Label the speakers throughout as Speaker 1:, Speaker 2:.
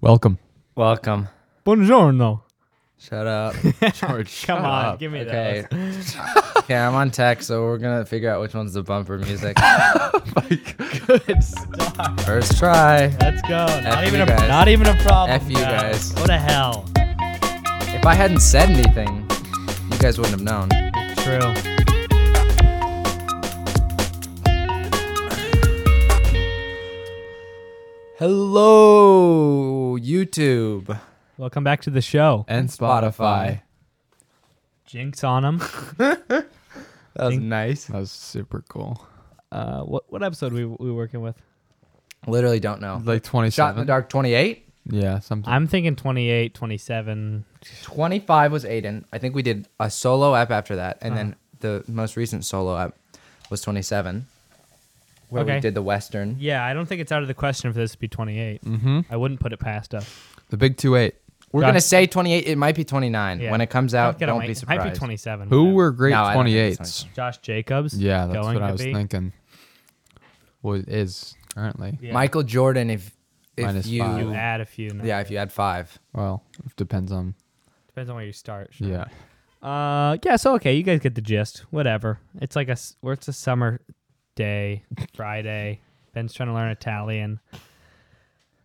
Speaker 1: Welcome.
Speaker 2: Welcome.
Speaker 3: Buongiorno.
Speaker 2: Shut up.
Speaker 1: George.
Speaker 3: Come on,
Speaker 2: up.
Speaker 3: give me
Speaker 2: okay.
Speaker 3: that.
Speaker 2: okay, I'm on tech, so we're gonna figure out which one's the bumper music.
Speaker 3: Good stuff.
Speaker 2: First try.
Speaker 3: Let's go.
Speaker 2: F
Speaker 3: not even
Speaker 2: you
Speaker 3: a
Speaker 2: guys.
Speaker 3: not even a problem.
Speaker 2: F you guys.
Speaker 3: What a hell.
Speaker 2: If I hadn't said anything, you guys wouldn't have known.
Speaker 3: True.
Speaker 2: Hello, YouTube
Speaker 3: Welcome back to the show.
Speaker 1: And Spotify.
Speaker 3: Jinx on them.
Speaker 2: That was
Speaker 3: Think-
Speaker 2: nice.
Speaker 1: That was super cool.
Speaker 3: Uh, what what episode we we working with?
Speaker 2: Literally don't know.
Speaker 1: Like 27.
Speaker 2: Shot in the dark 28.
Speaker 1: Yeah, something.
Speaker 3: I'm thinking 28, 27.
Speaker 2: 25 was Aiden. I think we did a solo app after that, and then
Speaker 3: Uh-huh.
Speaker 2: the most recent solo app was 27, where we
Speaker 3: Okay.
Speaker 2: did the Western.
Speaker 3: Yeah, I don't think it's out of the question for this to be 28.
Speaker 1: Mm-hmm.
Speaker 3: I wouldn't put it past us.
Speaker 1: The big two eight.
Speaker 2: We're
Speaker 3: Josh-
Speaker 2: gonna say 28. It might be 29
Speaker 3: Yeah.
Speaker 2: when it comes
Speaker 3: I'd
Speaker 2: out.
Speaker 3: get it
Speaker 2: Don't
Speaker 3: might-
Speaker 2: be surprised.
Speaker 3: Might be 27.
Speaker 1: Who
Speaker 3: whatever.
Speaker 1: were great
Speaker 2: No, I don't
Speaker 1: twenty
Speaker 2: think
Speaker 1: eights?
Speaker 2: it's
Speaker 3: Josh Jacobs?
Speaker 1: Yeah, that's
Speaker 3: going
Speaker 1: what I
Speaker 3: to
Speaker 1: was
Speaker 3: be?
Speaker 1: thinking. Well, it is currently.
Speaker 3: Yeah.
Speaker 2: Michael Jordan, if if
Speaker 1: Minus
Speaker 2: you
Speaker 1: five.
Speaker 3: You add a few. now.
Speaker 2: yeah, if you had five,
Speaker 1: Well, it depends on.
Speaker 3: Depends on where you start. sure.
Speaker 1: Yeah.
Speaker 3: Uh, yeah. So okay, you guys get the gist. Whatever. It's like a s- where it's a summer day, Friday. Ben's trying to learn Italian.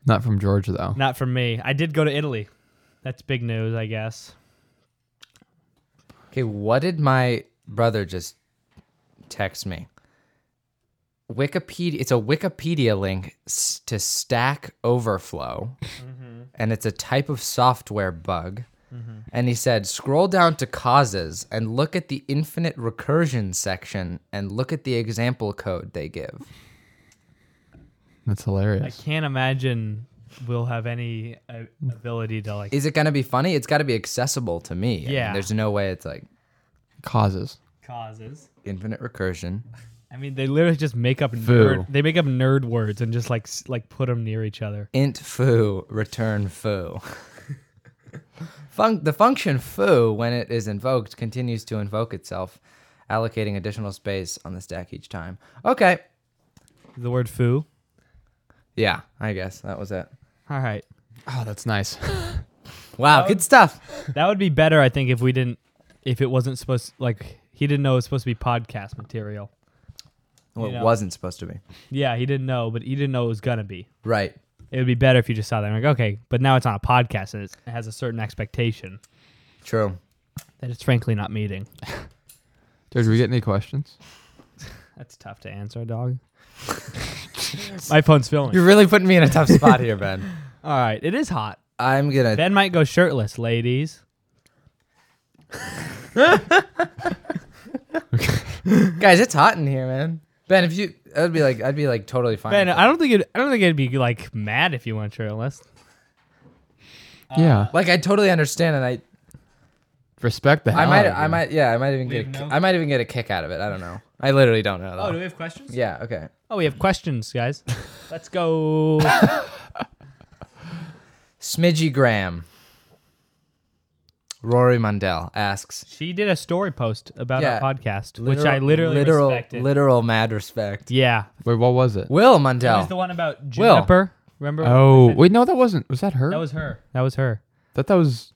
Speaker 1: Not from Georgia, though.
Speaker 3: Not for me. I did go to Italy. That's big news, I guess.
Speaker 2: okay. What did my brother just text me? Wikipedia. It's a Wikipedia link s- to Stack Overflow,
Speaker 3: Mm-hmm.
Speaker 2: and it's a type of software bug. And he said, scroll down to causes and look at the infinite recursion section and look at the example code they give.
Speaker 1: That's
Speaker 3: I
Speaker 1: hilarious.
Speaker 3: can't imagine we'll have any uh, ability to like.
Speaker 2: is it gonna be funny? It's got to be accessible to me. I mean,
Speaker 3: Yeah.
Speaker 2: there's no way it's like
Speaker 1: Causes.
Speaker 3: causes.
Speaker 2: infinite recursion.
Speaker 3: I mean, they literally just make up
Speaker 1: Foo.
Speaker 3: nerd. They make up nerd words and just like s- like put them near each other.
Speaker 2: Int foo return foo. Fun- the function foo, when it is invoked, continues to invoke itself, allocating additional space on the stack each time. Okay.
Speaker 3: The word foo.
Speaker 2: Yeah, I guess that was it.
Speaker 3: All right.
Speaker 1: Oh, that's nice.
Speaker 2: Wow,
Speaker 3: Oh.
Speaker 2: good stuff.
Speaker 3: That would be better, I think, if we didn't, if it wasn't supposed like he didn't know it was supposed to be podcast material.
Speaker 2: Well,
Speaker 3: You
Speaker 2: it
Speaker 3: know.
Speaker 2: wasn't supposed to be.
Speaker 3: Yeah, he didn't know, but he didn't know it was gonna be.
Speaker 2: Right.
Speaker 3: It would be better if you just saw that. and like, okay, but now it's on a podcast and it's, it has a certain expectation
Speaker 2: True.
Speaker 3: that it's frankly not meeting.
Speaker 1: George, we get any questions?
Speaker 3: That's tough to answer, dog. My phone's filming.
Speaker 2: You're really putting me in a tough spot here, Ben.
Speaker 3: All right, it is hot.
Speaker 2: I'm gonna.
Speaker 3: Ben might go shirtless, ladies.
Speaker 2: Guys, it's hot in here, man. Ben, if you, I'd be like, I'd be like totally fine.
Speaker 3: Ben,
Speaker 2: with
Speaker 3: I don't think it, I don't think it'd be like mad if you went shirtless.
Speaker 1: yeah.
Speaker 3: Uh,
Speaker 2: it. like I totally understand, and I,
Speaker 1: Respect the hell
Speaker 2: I might,
Speaker 1: out of
Speaker 2: I
Speaker 1: you.
Speaker 2: might, yeah, I might even
Speaker 3: We
Speaker 2: get, a
Speaker 3: have
Speaker 2: ki-
Speaker 3: no-
Speaker 2: I might even get a kick out of it. I don't know. I literally don't know. Though.
Speaker 3: Oh, we have questions?
Speaker 2: yeah. Okay.
Speaker 3: Oh, we have questions, guys. Let's go.
Speaker 2: Smidgy Graham. Rory Mundell asks,
Speaker 3: She did a story post about
Speaker 2: Yeah.
Speaker 3: our podcast, which I literally
Speaker 2: literal,
Speaker 3: respected.
Speaker 2: literal mad respect.
Speaker 3: yeah,
Speaker 1: Wait, what was it?
Speaker 2: Will
Speaker 3: that was the
Speaker 2: Mundell.
Speaker 3: one about
Speaker 2: Will.
Speaker 3: juniper. Remember?
Speaker 1: Oh, wait, no, that wasn't. Was that her?
Speaker 3: that was her. That was her.
Speaker 1: That that was.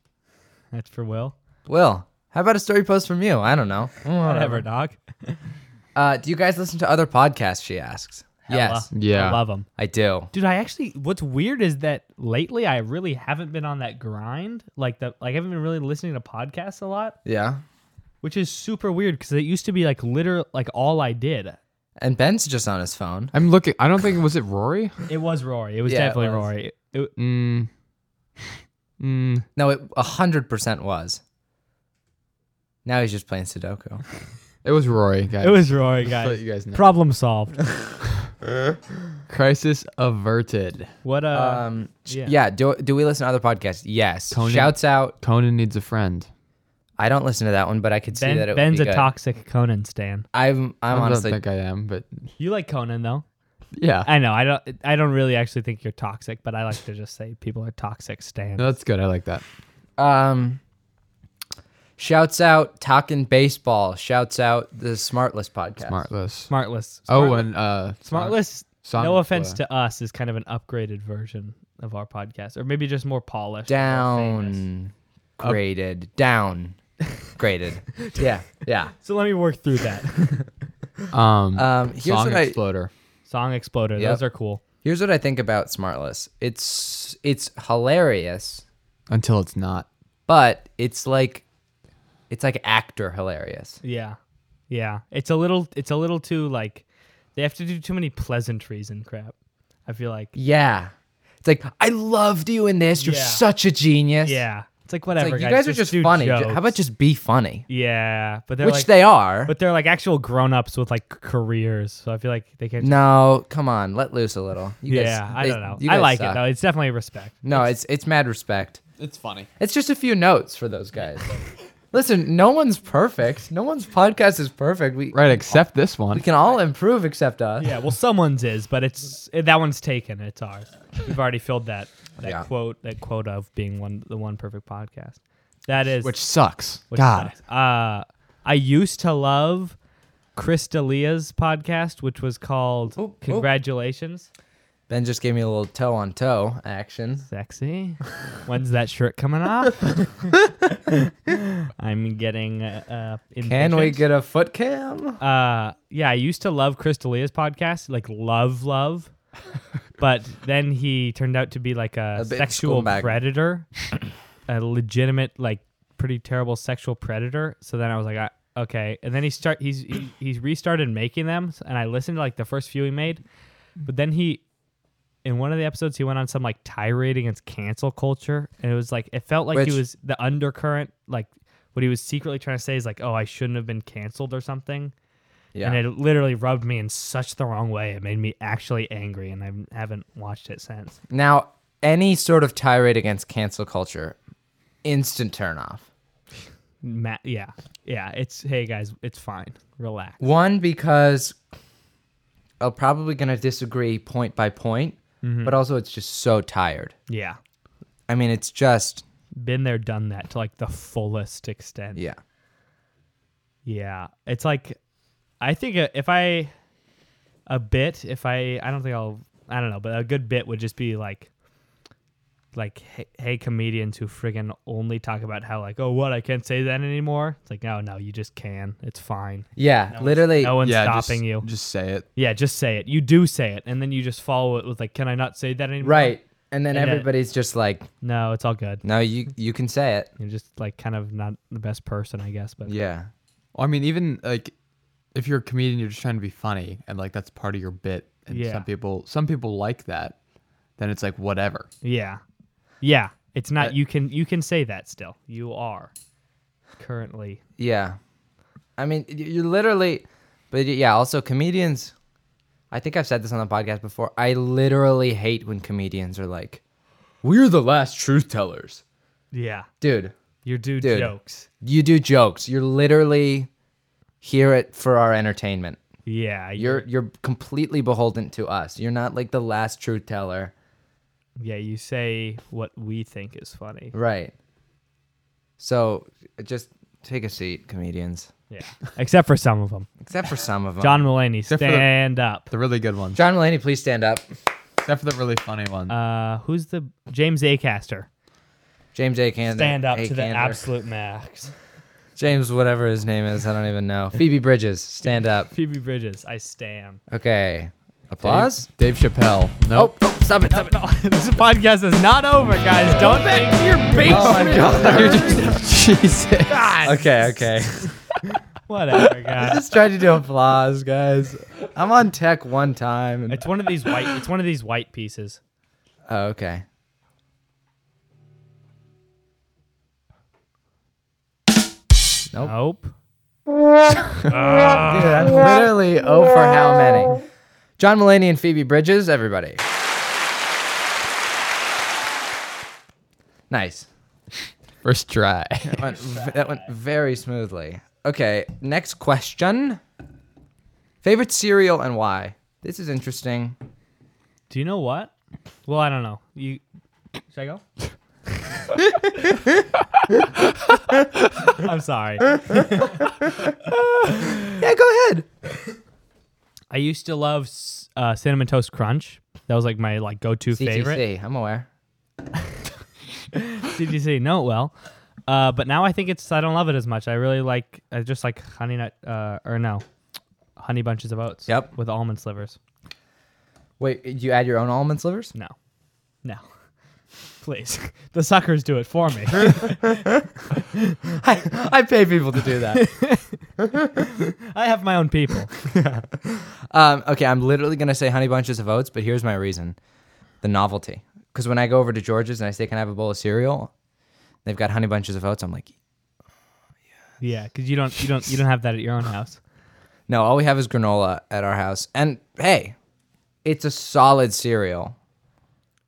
Speaker 3: That's for Will.
Speaker 2: Will, how about a story post from you? I don't know.
Speaker 3: Whatever, dog.
Speaker 2: Uh, do you guys listen to other podcasts? She asks. Yes,
Speaker 3: Hella.
Speaker 1: Yeah.
Speaker 3: I love them,
Speaker 2: I do.
Speaker 3: dude. I actually, what's weird is that lately I really haven't been on that grind. Like the, like I haven't been really listening to podcasts a lot,
Speaker 2: Yeah.
Speaker 3: which is super weird because it used to be like literal, like all I did.
Speaker 2: And Ben's just on his phone.
Speaker 1: I'm looking. I don't think was it Rory.
Speaker 3: It was Rory. It was
Speaker 2: Yeah, it
Speaker 3: definitely
Speaker 2: was.
Speaker 3: Rory. It-
Speaker 1: Mm. Mm.
Speaker 2: No, it 100% was. Now he's just playing Sudoku.
Speaker 1: It was Rory, guys.
Speaker 3: it was Rory,
Speaker 1: Just let
Speaker 3: guys.
Speaker 1: you guys know.
Speaker 3: Problem solved.
Speaker 1: Crisis averted.
Speaker 3: What uh
Speaker 2: Um, sh- yeah.
Speaker 3: yeah.
Speaker 2: Do do we listen to other podcasts? Yes.
Speaker 1: Conan.
Speaker 2: Shouts out.
Speaker 1: Conan needs a friend.
Speaker 2: I don't listen to that one, but I could see
Speaker 3: Ben,
Speaker 2: that it
Speaker 3: Ben's
Speaker 2: would be
Speaker 3: a
Speaker 2: good.
Speaker 3: toxic Conan stan.
Speaker 2: I'm I'm
Speaker 1: I
Speaker 2: honestly
Speaker 1: don't think I am, but
Speaker 3: You like Conan though.
Speaker 1: yeah,
Speaker 3: I know. I don't. I don't really actually think you're toxic, but I like to just say people are toxic stan.
Speaker 1: no, that's good. I like that.
Speaker 2: um. Shouts out Talkin' Baseball. Shouts out the Smartless podcast.
Speaker 1: Smartless.
Speaker 3: Smartless.
Speaker 1: Oh,
Speaker 3: Smartless-
Speaker 1: and uh,
Speaker 3: Smartless.
Speaker 1: Son-
Speaker 3: no offense
Speaker 1: Son-
Speaker 3: to us, is kind of an upgraded version of our podcast, or maybe just more polished, more famous.
Speaker 2: down graded down graded yeah yeah
Speaker 3: So let me work through that.
Speaker 1: Um,
Speaker 2: um here's
Speaker 1: song
Speaker 2: what i
Speaker 1: exploder.
Speaker 3: Song Exploder.
Speaker 2: Yep.
Speaker 3: Those are cool.
Speaker 2: here's what i think about smartless it's it's hilarious
Speaker 1: Until it's not.
Speaker 2: but it's like it's like actor hilarious
Speaker 3: Yeah, yeah. It's a little. It's a little too like they have to do too many pleasantries and crap. I feel like.
Speaker 2: yeah it's like i loved you in this you're
Speaker 3: Yeah.
Speaker 2: such a genius
Speaker 3: Yeah, it's like
Speaker 2: It's
Speaker 3: whatever.
Speaker 2: like, you guys are just
Speaker 3: do
Speaker 2: funny Ju-
Speaker 3: jokes.
Speaker 2: how about just be funny
Speaker 3: Yeah, but they're
Speaker 2: which
Speaker 3: like,
Speaker 2: they are
Speaker 3: but they're like actual grown-ups with like careers. So I feel like they can't.
Speaker 2: no come on let loose a little you guys-
Speaker 3: yeah, I
Speaker 2: they-
Speaker 3: don't know.
Speaker 2: you
Speaker 3: I
Speaker 2: guys
Speaker 3: like
Speaker 2: suck.
Speaker 3: it though. It's definitely respect.
Speaker 2: no it's it's mad respect
Speaker 1: It's funny.
Speaker 2: It's just a few notes for those guys. Listen, no one's perfect. No one's podcast is perfect. We
Speaker 1: Right, except this one.
Speaker 2: we can all improve except us.
Speaker 3: Yeah, well, someone's is, but it's that one's taken. It's ours. We've already filled that that
Speaker 2: Yeah.
Speaker 3: quote that quota of being one the one perfect podcast. That is
Speaker 1: Which sucks.
Speaker 3: which
Speaker 1: God.
Speaker 3: sucks. Uh, I used to love Chris D'Elia's podcast, which was called
Speaker 2: Oh, oh.
Speaker 3: "Congratulations."
Speaker 2: Ben just gave me a little toe on toe action.
Speaker 3: Sexy. When's that shirt coming off? I'm getting uh, uh,
Speaker 2: Can we
Speaker 3: impatient.
Speaker 2: get a foot cam?
Speaker 3: uh yeah i used to love chris D'Elia's podcast like love love but then he turned out to be like a,
Speaker 2: A bit
Speaker 3: sexual
Speaker 2: scumbag.
Speaker 3: predator a legitimate like pretty terrible sexual predator so then i was like I, okay and then he start he's he, he's restarted making them and i listened to like the first few he made but then he in one of the episodes he went on some like tirade against cancel culture and it was like it felt like
Speaker 2: Which-
Speaker 3: he was the undercurrent like what he was secretly trying to say is like oh i shouldn't have been canceled or something
Speaker 2: Yeah.
Speaker 3: and it literally rubbed me in such the wrong way. It made me actually angry, and I haven't watched it since.
Speaker 2: now, any sort of tirade against cancel culture, instant turn off.
Speaker 3: Ma- yeah, yeah. It's hey guys, it's fine. Relax.
Speaker 2: One because I'm probably gonna disagree point by point, but also it's just so tired.
Speaker 3: Yeah,
Speaker 2: I mean, it's just
Speaker 3: been there, done that to like the fullest extent.
Speaker 2: yeah.
Speaker 3: Yeah, it's like I think a- if I a bit, if I I don't think I'll I don't know, but a good bit would just be like like hey, hey comedians who friggin' only talk about how like oh what I can't say that anymore. It's like oh, no no you just can. It's fine.
Speaker 2: Yeah, literally.
Speaker 3: No one's
Speaker 1: yeah, just-
Speaker 3: stopping you.
Speaker 1: Just say it.
Speaker 3: Yeah, just say it. You do say it, and then you just follow it with like, "Can I not say that anymore?"
Speaker 2: Right. And then
Speaker 3: And that-
Speaker 2: everybody's just like,
Speaker 3: No, it's all good.
Speaker 2: no, you you can say it.
Speaker 3: You're just like kind of not the best person, I guess. But
Speaker 2: Yeah.
Speaker 1: Well, I mean, even like if you're a comedian, you're just trying to be funny, and like that's part of your bit. And
Speaker 3: Yeah.
Speaker 1: some people, some people like that. Then it's like whatever.
Speaker 3: yeah, yeah, it's not.
Speaker 1: Uh,
Speaker 3: you can you can say that still. You are currently
Speaker 2: Yeah. I mean, y- you're literally, but y- yeah, also comedians. I think I've said this on the podcast before. I literally hate when comedians are like, we're the last truth tellers.
Speaker 3: yeah.
Speaker 2: Dude,
Speaker 3: You do
Speaker 2: Dude.
Speaker 3: jokes.
Speaker 2: you do jokes. You're literally here it for our entertainment.
Speaker 3: Yeah,
Speaker 2: You're you're completely beholden to us. You're not like the last truth teller.
Speaker 3: yeah. You say what we think is funny.
Speaker 2: Right. So just take a seat, comedians.
Speaker 3: Yeah, except for some of them.
Speaker 2: Except for some of them.
Speaker 3: John Mulaney,
Speaker 1: for the-
Speaker 3: stand up.
Speaker 1: The really good ones,
Speaker 2: John Mulaney, please stand up.
Speaker 1: except for the really funny ones.
Speaker 3: Uh, who's the James Acaster?
Speaker 2: James A. Candler.
Speaker 3: Stand up
Speaker 2: A.
Speaker 3: to the
Speaker 2: Candler.
Speaker 3: absolute max.
Speaker 2: James, whatever his name is, I don't even know. Phoebe Bridges, stand up.
Speaker 3: Phoebe Bridges, I stand.
Speaker 2: Okay. Applause.
Speaker 1: Dave, Dave Chappelle.
Speaker 2: Oh,
Speaker 1: Nope.
Speaker 2: oh, stop it, stop it.
Speaker 3: No, this podcast is not over, guys. Don't think you're bait.
Speaker 2: Oh my god.
Speaker 1: Jesus.
Speaker 2: Okay, okay.
Speaker 3: Whatever, guys.
Speaker 2: Just tried to do applause, guys. I'm on tech one time. and-
Speaker 3: It's one of these white. It's one of these white pieces.
Speaker 2: Oh, okay. Nope.
Speaker 3: Nope.
Speaker 2: Dude, I'm literally oh for how many? John Mulaney and Phoebe Bridges, everybody. Nice.
Speaker 3: Oh.
Speaker 1: First try.
Speaker 2: Went v- that went very smoothly. Okay, next question. Favorite cereal and why? This is interesting.
Speaker 3: Do you know what? Well, I don't know. You should I go? I'm sorry.
Speaker 2: Yeah, go ahead.
Speaker 3: I used to love s- uh, cinnamon toast crunch. That was like my like go-to favorite.
Speaker 2: CTC, I'm aware.
Speaker 3: CGC. Know it well. Uh, but now I think it's I don't love it as much. I really like I just like honey nut uh, or no, honey bunches of oats.
Speaker 2: Yep.
Speaker 3: With almond slivers.
Speaker 2: Wait, do you add your own almond slivers?
Speaker 3: No, no. Please, the suckers do it for me.
Speaker 2: I, I pay people to do that.
Speaker 3: I have my own people.
Speaker 2: um, okay, I'm literally gonna say honey bunches of oats, but here's my reason: the novelty. Because when I go over to George's and I say, "Can I have a bowl of cereal?" They've got honey bunches of oats. I'm like,
Speaker 3: Yeah, because you don't you don't you don't have that at your own house.
Speaker 2: No, all we have is granola at our house. And hey, it's a solid cereal.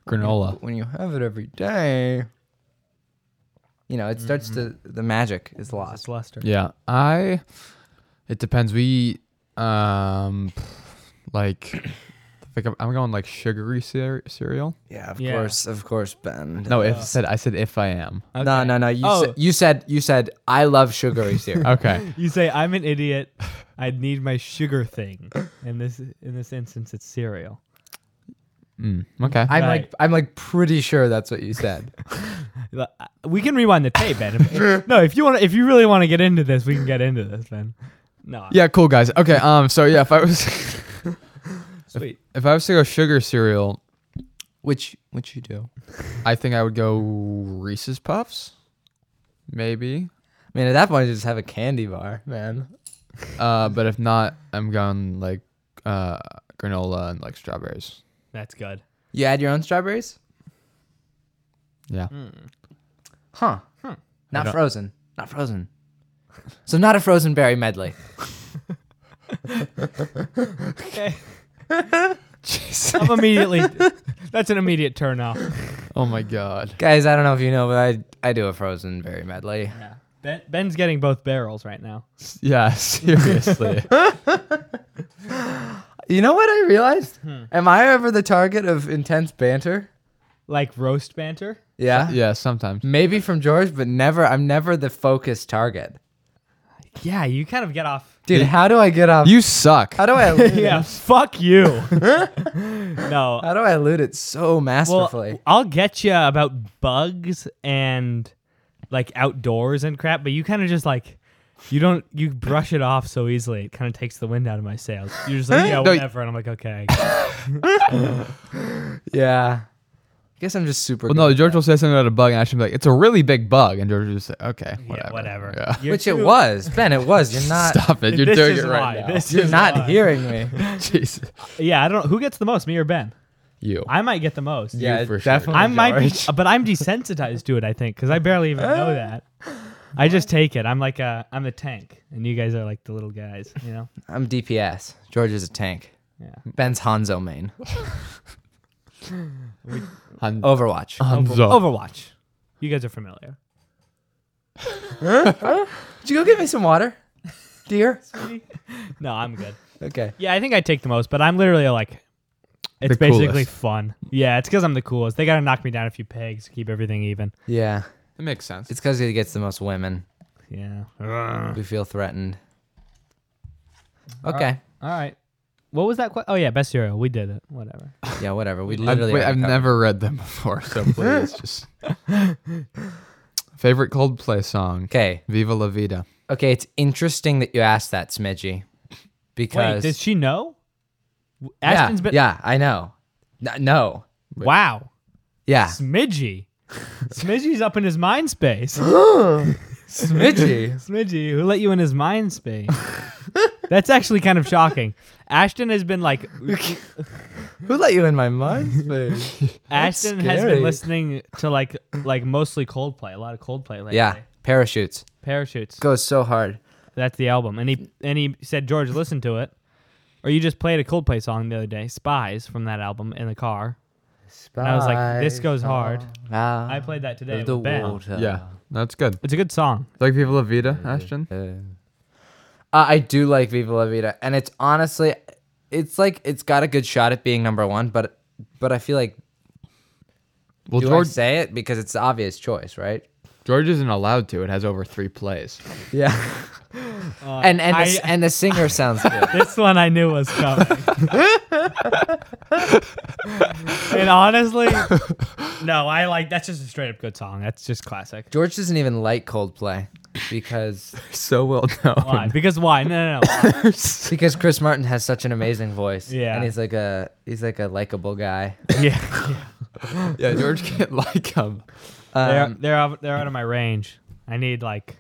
Speaker 1: Granola.
Speaker 2: When you have it every day, you know, it starts to the magic is
Speaker 3: It's
Speaker 2: Mm-hmm. lost.
Speaker 3: luster.
Speaker 1: Yeah, I. It depends. We um, like, I think I'm, I'm going like sugary cer- cereal.
Speaker 2: Yeah, of
Speaker 3: Yeah.
Speaker 2: course, of course, Ben.
Speaker 1: No, if said I said if I am.
Speaker 2: No, no, no. You,
Speaker 3: Oh.
Speaker 2: said, you said you said I love sugary cereal.
Speaker 1: Okay.
Speaker 3: You say I'm an idiot. I need my sugar thing. In this in this instance, it's cereal.
Speaker 1: Mm, okay.
Speaker 2: I'm
Speaker 3: Right.
Speaker 2: like I'm like pretty sure that's what you said.
Speaker 3: uh, We can rewind the tape, Ben. If- no, if you want, if you really want to get into this, we can get into this, Ben. No,
Speaker 1: yeah. Cool guys. Okay. Um. So yeah, if I was
Speaker 3: sweet.
Speaker 1: if I was to go sugar cereal,
Speaker 2: which which you do.
Speaker 1: I think I would go Reese's Puffs. Maybe.
Speaker 2: I mean, at that point, you just have a candy bar, man.
Speaker 1: Uh. But if not, I'm going like uh granola and like strawberries.
Speaker 3: That's good.
Speaker 2: You add your own strawberries?
Speaker 1: Yeah.
Speaker 3: Hmm.
Speaker 2: Huh. Hmm. Not
Speaker 1: don't-
Speaker 2: frozen. Not frozen. So not a frozen berry medley.
Speaker 3: Okay,
Speaker 1: Jeez.
Speaker 3: I'm immediately. that's an immediate turn off.
Speaker 1: Oh my god.
Speaker 2: Guys, I don't know if you know, but I I do a frozen berry medley.
Speaker 3: Yeah. Ben, Ben's getting both barrels right now.
Speaker 1: Yeah. Seriously.
Speaker 2: You know what I realized? Am I ever the target of intense banter?
Speaker 3: Like roast banter.
Speaker 2: Yeah.
Speaker 1: yeah. Sometimes.
Speaker 2: Maybe from George, but never I'm never the focus target.
Speaker 3: Yeah, you kind of get off.
Speaker 2: Dude, how do I get off
Speaker 1: You suck.
Speaker 2: how do I elude
Speaker 3: Yeah,
Speaker 2: it?
Speaker 3: fuck you. no,
Speaker 2: How do I elude it so masterfully?
Speaker 3: Well, I'll get you about bugs and like outdoors and crap, but you kind of just like you don't you brush it off so easily. It kind of takes the wind out of my sails. You're just like yeah,
Speaker 1: No, y-
Speaker 3: whatever, and I'm like okay.
Speaker 2: yeah. I guess I'm just super
Speaker 1: Well, no, George will say something about a bug, and I should be like, "It's a really big bug," and George will just say, "Okay, whatever."
Speaker 3: Yeah, whatever.
Speaker 1: Yeah.
Speaker 3: You're
Speaker 2: which
Speaker 3: too-
Speaker 2: it was. Ben, it was. You're not
Speaker 1: Stop it! You're
Speaker 3: this
Speaker 1: doing
Speaker 3: is
Speaker 1: it right now.
Speaker 3: why. This
Speaker 2: you're
Speaker 3: is
Speaker 2: not
Speaker 3: why.
Speaker 2: hearing me.
Speaker 1: Jesus,
Speaker 3: Yeah, I don't know who gets the most, me or Ben.
Speaker 1: you.
Speaker 3: I might get the most.
Speaker 1: Yeah. for sure.
Speaker 2: definitely.
Speaker 3: I might, be,
Speaker 2: George.
Speaker 3: but I'm desensitized to it. I think because I barely even know that. I just take it. I'm like a, I'm the tank, and you guys are like the little guys. You know.
Speaker 2: I'm DPS. George is a tank.
Speaker 3: Yeah.
Speaker 2: Ben's Hanzo main.
Speaker 3: oh,
Speaker 1: Han-
Speaker 2: Overwatch.
Speaker 1: Hanzo.
Speaker 3: Overwatch. You guys are familiar.
Speaker 2: Did you go get me some water, dear?
Speaker 3: No, I'm good.
Speaker 2: Okay.
Speaker 3: Yeah, I think I take the most, but I'm literally like, it's
Speaker 1: The
Speaker 3: basically
Speaker 1: coolest.
Speaker 3: fun. Yeah, it's because I'm the coolest. They gotta knock me down a few pegs to keep everything even.
Speaker 2: Yeah,
Speaker 1: It makes sense.
Speaker 2: it's because he gets the most women.
Speaker 3: Yeah. All
Speaker 2: We feel threatened. Okay.
Speaker 3: right. What was that? Que- oh yeah, best cereal. We did it. Whatever.
Speaker 2: Yeah, whatever. We
Speaker 1: I've,
Speaker 2: literally.
Speaker 1: wait, I've
Speaker 2: already covered-
Speaker 1: never read them before, so please just. Favorite Coldplay song?
Speaker 2: Okay.
Speaker 1: Viva la Vida.
Speaker 2: Okay. It's interesting that you asked that, Smidgy,
Speaker 3: Wait,
Speaker 2: because
Speaker 3: did she know? W-
Speaker 2: yeah,
Speaker 3: Ashton's been.
Speaker 2: yeah, I know. N- no.
Speaker 3: Wow.
Speaker 2: Yeah.
Speaker 3: Smidgy. Smidgy's up in his mind space.
Speaker 2: Smidgy.
Speaker 3: Smidgy, who let you in his mind space? That's actually kind of shocking. Ashton has been like
Speaker 2: Who let you in my mind space?
Speaker 3: Ashton has
Speaker 2: scary.
Speaker 3: been listening to like like mostly Coldplay, a lot of Coldplay lately.
Speaker 2: yeah. Parachutes
Speaker 3: Parachutes.
Speaker 2: goes so hard.
Speaker 3: That's the album. And he and he said, George, listen to it. Or you just played a Coldplay song the other day, Spies from that album in the car. And I was like, this goes hard. I played that today.
Speaker 2: the
Speaker 3: with Ben.
Speaker 2: water.
Speaker 1: yeah, that's good.
Speaker 3: It's a good song.
Speaker 1: Like Viva la Vida, Ashton.
Speaker 2: Uh, I do like Viva La Vida, and it's honestly, it's like it's got a good shot at being number one, but but I feel like
Speaker 1: Well,
Speaker 2: do
Speaker 1: George
Speaker 2: I say it because it's the obvious choice, right?
Speaker 1: George isn't allowed to. It has over three plays.
Speaker 2: Yeah. and and the, s-
Speaker 3: Uh, I-
Speaker 2: and the singer sounds good.
Speaker 3: This one I knew was coming. and honestly, no, I like that's just a straight up good song. That's just classic.
Speaker 2: George doesn't even like Coldplay because
Speaker 1: so well known.
Speaker 3: Why? Because why? No, no, no.
Speaker 2: because Chris Martin has such an amazing voice.
Speaker 3: Yeah.
Speaker 2: and he's like a he's like a likable guy.
Speaker 3: yeah,
Speaker 1: Yeah, George can't like him.
Speaker 3: they're
Speaker 2: Um,
Speaker 3: they're out, they're out of my range. I need like,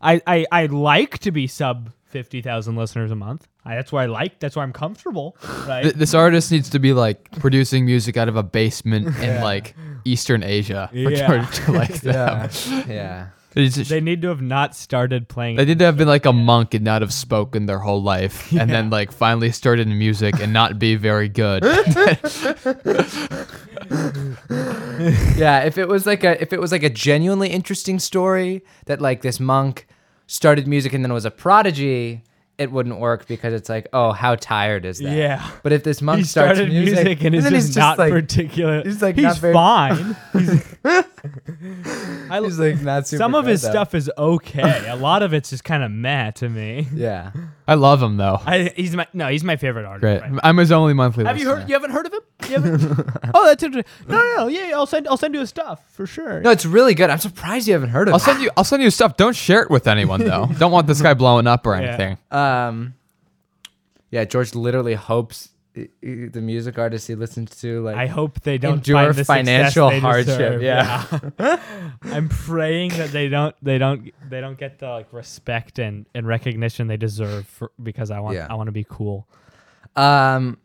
Speaker 3: I I I like to be sub fifty thousand listeners a month. I, that's why I like. That's why I'm comfortable. Right?
Speaker 1: Th- this artist needs to be like producing music out of a basement in like Eastern Asia for
Speaker 3: Yeah.
Speaker 1: George to like them.
Speaker 2: yeah,
Speaker 1: It's just-
Speaker 3: they need to have not started playing.
Speaker 1: They need to have been like a monk and not have spoken their whole life, and then like finally started in music and not be very good.
Speaker 2: yeah. If it was like a if it was like a genuinely interesting story that like this monk started music and then was a prodigy, it wouldn't work because it's like, oh, how tired is that?
Speaker 3: Yeah.
Speaker 2: But if this monk
Speaker 3: he
Speaker 2: starts
Speaker 3: started music, and it's
Speaker 2: then
Speaker 3: just,
Speaker 2: he's
Speaker 3: not
Speaker 2: like,
Speaker 3: particular.
Speaker 2: he's, like,
Speaker 3: he's
Speaker 2: not very-
Speaker 3: fine. He's- I,
Speaker 2: he's like not super
Speaker 3: some of
Speaker 2: good,
Speaker 3: his
Speaker 2: though.
Speaker 3: stuff is okay. A lot of it's just kind of meh to me.
Speaker 2: Yeah.
Speaker 1: I love him though.
Speaker 3: I, he's my no, he's my favorite artist.
Speaker 1: Great.
Speaker 3: right now.
Speaker 1: I'm his only monthly.
Speaker 3: Have you
Speaker 1: listener.
Speaker 3: heard? You haven't heard of him? You haven't? oh, that's interesting. No, no, no. Yeah, yeah, I'll send. I'll send you his stuff for sure.
Speaker 2: No, it's really good. I'm surprised you haven't heard of
Speaker 1: I'll
Speaker 2: it.
Speaker 1: send you. I'll send you stuff. Don't share it with anyone though. Don't want this guy blowing up or
Speaker 3: Yeah.
Speaker 1: anything.
Speaker 2: Um, yeah, George literally hopes i- i- the music artist he listens to, like,
Speaker 3: I hope they don't
Speaker 2: Endure
Speaker 3: find the success
Speaker 2: financial
Speaker 3: they
Speaker 2: hardship,
Speaker 3: deserve.
Speaker 2: yeah.
Speaker 3: Yeah. I'm praying that they don't. They don't. They don't get the like respect and, and recognition they deserve for, because I want.
Speaker 2: Yeah.
Speaker 3: I want to be cool.
Speaker 2: um,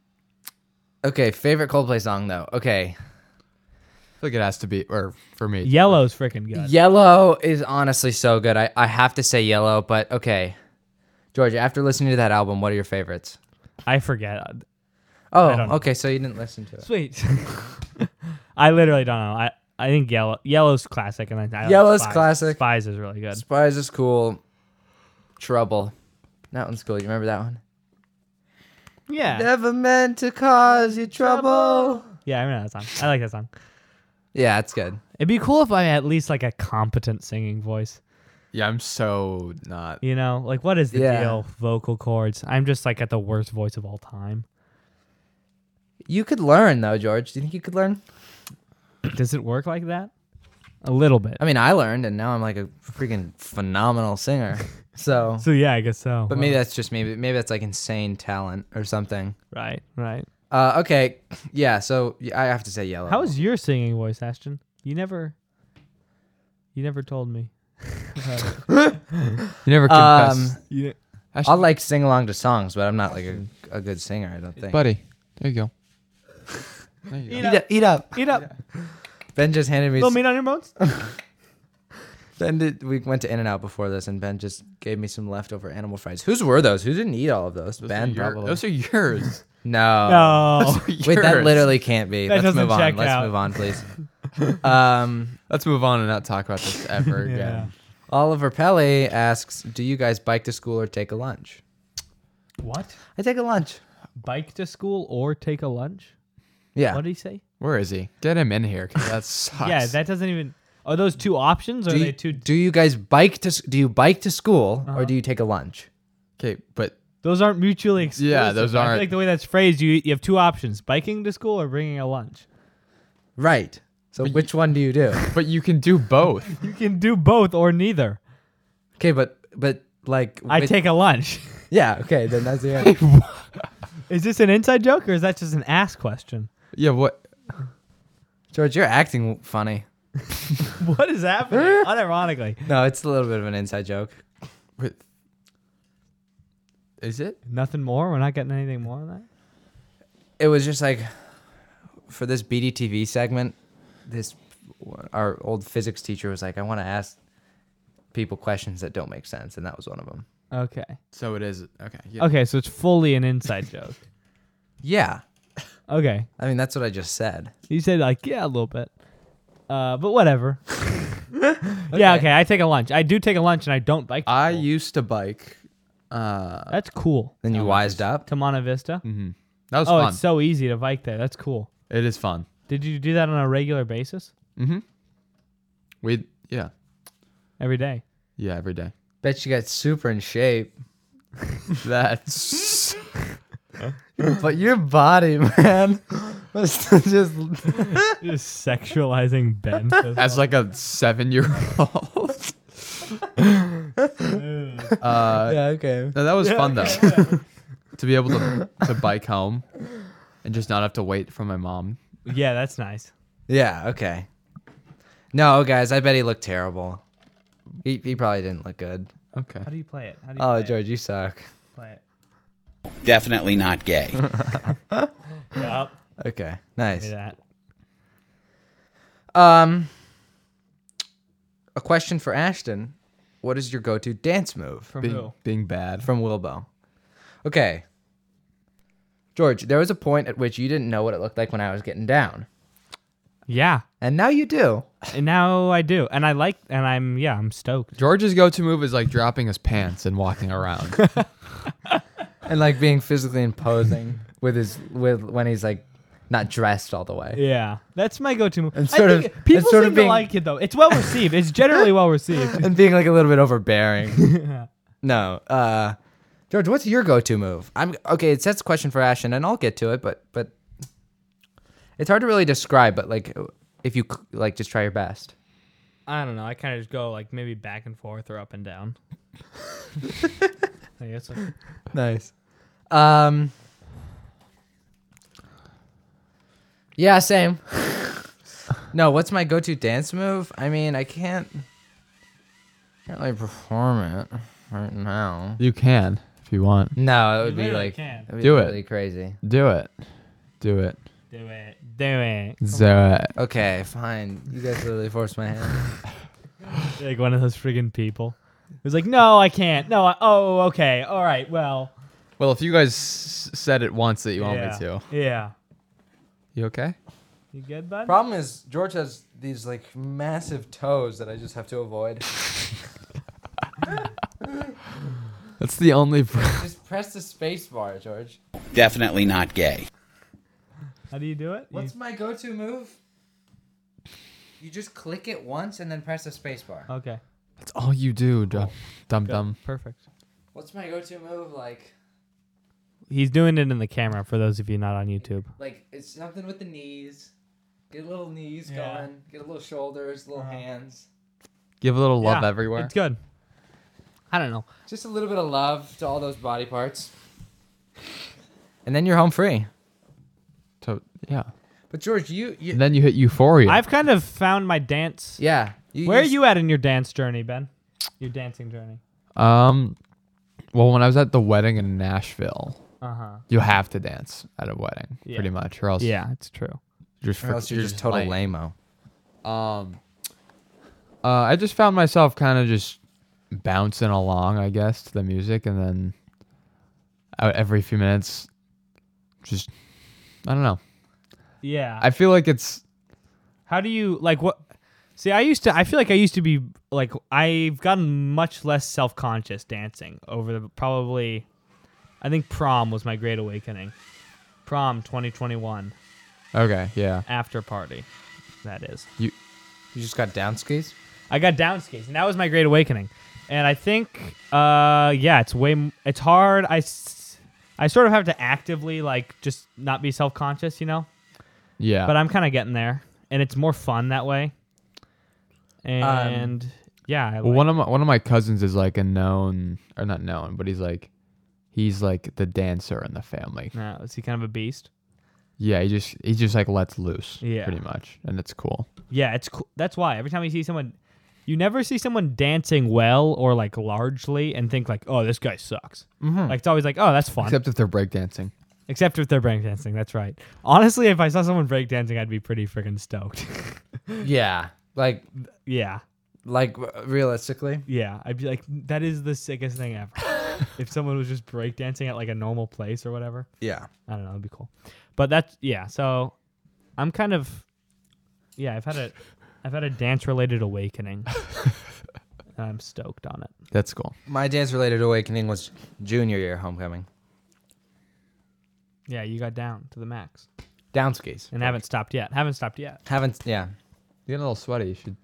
Speaker 2: okay, favorite Coldplay song though. Okay,
Speaker 1: I think it has to be, or for me,
Speaker 3: Yellow's freaking good.
Speaker 2: Yellow is honestly so good. I, I have to say Yellow, but okay, George, after listening to that album, what are your favorites?
Speaker 3: I forget.
Speaker 2: Oh,
Speaker 3: don't know.
Speaker 2: okay, so you didn't listen to it.
Speaker 3: Sweet. I literally don't know. I I think yellow yellow's classic, and I, I like
Speaker 2: Yellow's
Speaker 3: Spies.
Speaker 2: classic.
Speaker 3: Spies is really good.
Speaker 2: Spies is cool. Trouble, that one's cool. You remember that one?
Speaker 3: Yeah.
Speaker 2: Never meant to cause you trouble.
Speaker 3: Yeah, I remember that song. I like that song.
Speaker 2: Yeah, it's good.
Speaker 3: It'd be cool if I had at least like a competent singing voice.
Speaker 1: Yeah, I'm so not.
Speaker 3: You know, like what is the
Speaker 2: Yeah.
Speaker 3: deal? Vocal cords. I'm just like at the worst voice of all time.
Speaker 2: You could learn though, George. Do you think you could learn?
Speaker 3: Does it work like that? A little bit.
Speaker 2: I mean, I learned, and now I'm like a freaking phenomenal singer. So,
Speaker 3: So yeah, I guess so.
Speaker 2: but maybe that's just maybe maybe that's like insane talent or something.
Speaker 3: right, right.
Speaker 2: Uh, okay, yeah. So y- I have to say yellow.
Speaker 3: How is your singing voice, Ashton? You never, you never told me.
Speaker 1: You never
Speaker 2: um?
Speaker 1: confess,
Speaker 3: You,
Speaker 2: I'll like sing along to songs, but I'm not like a, a good singer. I don't think.
Speaker 1: buddy. There you go. There you go.
Speaker 3: You
Speaker 2: eat up, eat up.
Speaker 3: eat up.
Speaker 2: Ben just handed me.
Speaker 3: Little meat on your bones.
Speaker 2: Ben did, we went to In and Out before this, and Ben just gave me some leftover animal fries. Whose were those? Who didn't eat all of those?
Speaker 1: Those are
Speaker 2: ben
Speaker 1: your-
Speaker 2: probably.
Speaker 1: Those are yours.
Speaker 2: no.
Speaker 1: Um,
Speaker 3: No.
Speaker 2: Wait, that
Speaker 1: Yours.
Speaker 2: literally can't be.
Speaker 3: That
Speaker 2: Let's
Speaker 3: doesn't
Speaker 2: move on.
Speaker 3: check
Speaker 2: Let's
Speaker 3: out.
Speaker 2: move on, please. um,
Speaker 1: Let's move on and not talk about this ever again.
Speaker 2: Oliver Pelly asks, "Do you guys bike to school or take a lunch?"
Speaker 3: What?
Speaker 2: I take a lunch.
Speaker 3: Bike to school or take a lunch?
Speaker 2: Yeah.
Speaker 3: What did he say?
Speaker 1: Where is he? Get him in here. 'cause that sucks.
Speaker 3: Yeah, that doesn't even. Are those two options? Or
Speaker 2: do,
Speaker 3: are
Speaker 2: you,
Speaker 3: they two?
Speaker 2: do you guys bike to s- do you bike to school
Speaker 3: Uh-huh.
Speaker 2: or do you take a lunch?
Speaker 1: okay, but
Speaker 3: Those aren't mutually exclusive.
Speaker 1: Yeah, those
Speaker 3: I feel
Speaker 1: aren't.
Speaker 3: like the way that's phrased, you you have two options: biking to school or bringing a lunch.
Speaker 2: Right. So which one do you do?
Speaker 1: but you can do both.
Speaker 3: You can do both or neither.
Speaker 2: Okay, but but like
Speaker 3: I
Speaker 2: with-
Speaker 3: take a lunch.
Speaker 2: Yeah, okay, then that's the answer.
Speaker 3: Is this an inside joke or is that just an ass question?
Speaker 1: yeah. What?
Speaker 2: George, you're acting funny.
Speaker 3: What is happening? Unironically,
Speaker 2: No, it's a little bit of an inside joke.
Speaker 1: Wait. Is it?
Speaker 3: nothing more. We're not getting anything more on that.
Speaker 2: It was just like for this BDTV segment, this our old physics teacher was like, "I want to ask people questions that don't make sense," and that was one of them.
Speaker 3: Okay.
Speaker 1: So it is. Okay. Yeah.
Speaker 3: Okay, so it's fully an inside joke.
Speaker 2: Yeah.
Speaker 3: Okay.
Speaker 2: I mean, that's what I just said.
Speaker 3: You said like yeah a little bit, uh, but whatever. Yeah, okay. Uh, I take a lunch. I do take a lunch, and I don't bike. to
Speaker 1: I
Speaker 3: school.
Speaker 1: used to bike. Uh,
Speaker 3: That's cool.
Speaker 2: Then you wised up.
Speaker 3: To Monta Vista.
Speaker 1: that was
Speaker 3: Oh,
Speaker 1: fun.
Speaker 3: it's so easy to bike there. That's cool.
Speaker 1: it is fun.
Speaker 3: Did you do that on a regular basis?
Speaker 1: We yeah
Speaker 3: Every day.
Speaker 1: yeah every day.
Speaker 2: Bet you got super in shape.
Speaker 1: That's
Speaker 2: but your body, man, was just
Speaker 3: Just sexualizing Ben.
Speaker 1: as like a seven year old. uh,
Speaker 2: yeah, okay.
Speaker 1: no, that was fun though, to be able to to bike home and just not have to wait for my mom.
Speaker 3: yeah, that's nice.
Speaker 2: Yeah, okay. No, guys, I bet he looked terrible. He he probably didn't look good.
Speaker 1: Okay.
Speaker 3: How do you play it? How do you
Speaker 2: Oh,
Speaker 3: play,
Speaker 2: George, you suck.
Speaker 3: it? play it?
Speaker 4: Definitely not gay.
Speaker 3: Yup.
Speaker 2: Okay, nice.
Speaker 3: Play that.
Speaker 2: Um, a question for Ashton: What is your go-to dance move from,
Speaker 3: From
Speaker 1: Being,
Speaker 3: who?
Speaker 1: being bad.
Speaker 2: from Wilbo? Okay, George, there was a point at which you didn't know what it looked like when I was getting down,
Speaker 3: Yeah.
Speaker 2: and now you do.
Speaker 3: And now I do. And I like, and I'm, yeah, I'm stoked.
Speaker 1: George's go to move is like dropping his pants and walking around.
Speaker 2: and like being physically imposing with his with when he's like not dressed all the way.
Speaker 3: Yeah. That's my go to move.
Speaker 2: And sort of- and
Speaker 3: people
Speaker 2: sort of
Speaker 3: seem
Speaker 2: being-
Speaker 3: to like it, though. It's well received. it's generally well received.
Speaker 2: And being like a little bit overbearing. no. Uh George, what's your go-to move? I'm okay, it sets a question for Ashton and I'll get to it, but but it's hard to really describe, but like if you c- like just try your best.
Speaker 3: I don't know. I kind of just go like maybe back and forth or up and down. I guess like,
Speaker 2: Nice. Um Yeah, same. no, what's my go-to dance move? I mean, I can't can't really perform it right now.
Speaker 1: you can if you want.
Speaker 2: No, it would
Speaker 3: You
Speaker 2: be
Speaker 3: literally
Speaker 2: like
Speaker 3: can.
Speaker 2: it'd be
Speaker 1: Do it.
Speaker 2: really crazy.
Speaker 1: Do it. Do it.
Speaker 3: do it, do it.
Speaker 1: Do it.
Speaker 2: Okay, fine. You guys literally forced my hand.
Speaker 3: Like one of those friggin' people. who's like, no, I can't. No, I, oh, okay, all right, well.
Speaker 1: Well, if you guys s- said it once that you want
Speaker 3: yeah.
Speaker 1: me to,
Speaker 3: Yeah.
Speaker 1: you okay?
Speaker 3: You good, bud?
Speaker 2: Problem is, George has these like massive toes that I just have to avoid.
Speaker 1: That's the only.
Speaker 2: just press the space bar, George.
Speaker 4: Definitely not gay.
Speaker 3: How do you do it?
Speaker 2: What's my go-to move? You just click it once and then press the space bar.
Speaker 3: You- okay.
Speaker 1: That's all you do, dum dum.
Speaker 3: good,
Speaker 1: dum.
Speaker 3: Perfect.
Speaker 2: What's my go-to move? Like,
Speaker 3: He's doing it in the camera for those of you not on YouTube.
Speaker 2: like it's something with the knees. Get a little knees
Speaker 3: Yeah.
Speaker 2: going. Get a little shoulders, little hands.
Speaker 1: Give a little love
Speaker 3: Yeah,
Speaker 1: everywhere.
Speaker 3: It's good. I don't know.
Speaker 2: Just a little bit of love to all those body parts. And then you're home free.
Speaker 1: So yeah.
Speaker 2: But George, you, you
Speaker 1: And then you hit euphoria.
Speaker 3: I've kind of found my dance.
Speaker 2: yeah. You,
Speaker 3: Where are
Speaker 2: you
Speaker 3: you at in your dance journey, Ben? Your dancing journey.
Speaker 1: um, well, when I was at the wedding in Nashville,
Speaker 3: Uh
Speaker 2: Uh-huh.
Speaker 3: huh.
Speaker 1: you have to dance at a wedding,
Speaker 3: Yeah.
Speaker 1: pretty much, or else
Speaker 3: Yeah, it's true.
Speaker 1: you're just,
Speaker 2: Or else you're, just total lame-o.
Speaker 1: Um, uh, I just found myself kind of just bouncing along, I guess, to the music, and then uh, every few minutes, just I don't know.
Speaker 3: Yeah.
Speaker 1: I feel like it's
Speaker 3: How do you like what? See, I used to. I feel like I used to be like I've gotten much less self conscious dancing over the probably. I think prom was my great awakening. Prom 2021
Speaker 1: okay. Yeah,
Speaker 3: after party, that is.
Speaker 2: You just got down skis?
Speaker 3: I got down skates, and that was my great awakening. And I think, uh, yeah, it's way, m- it's hard. I, s- I sort of have to actively like just not be self conscious, you know.
Speaker 1: yeah.
Speaker 3: but I'm kind of getting there, and it's more fun that way. And yeah, I
Speaker 1: Well,
Speaker 3: like-
Speaker 1: one of my one of my cousins is like a known or not known, but he's like he's like the dancer in the family.
Speaker 3: uh, is he kind of a beast?
Speaker 1: Yeah, he just he just like lets loose.
Speaker 3: Yeah.
Speaker 1: pretty much, and it's cool.
Speaker 3: Yeah, it's cool. That's why every time you see someone, you never see someone dancing well or like largely and think like, oh, this guy sucks. Like it's always like, oh, that's fun. Except,
Speaker 1: Except if they're breakdancing.
Speaker 3: if they're breakdancing, that's right. Honestly, if I saw someone breakdancing, I'd be pretty freaking stoked.
Speaker 2: Yeah. Like,
Speaker 3: yeah,
Speaker 2: like r- realistically?
Speaker 3: yeah, I'd be like, that is the sickest thing ever. if someone was just breakdancing at like a normal place or whatever.
Speaker 2: Yeah.
Speaker 3: I don't know. It'd be cool. But that's yeah. So I'm kind of yeah. I've had a I've had a dance related awakening. and I'm stoked on it.
Speaker 1: That's cool.
Speaker 2: My dance-related awakening was junior year homecoming.
Speaker 3: Yeah, you got down to the max
Speaker 2: Down skis.
Speaker 3: and haven't stopped yet. Haven't stopped yet.
Speaker 2: Haven't, yeah.
Speaker 1: You're getting a little sweaty. You should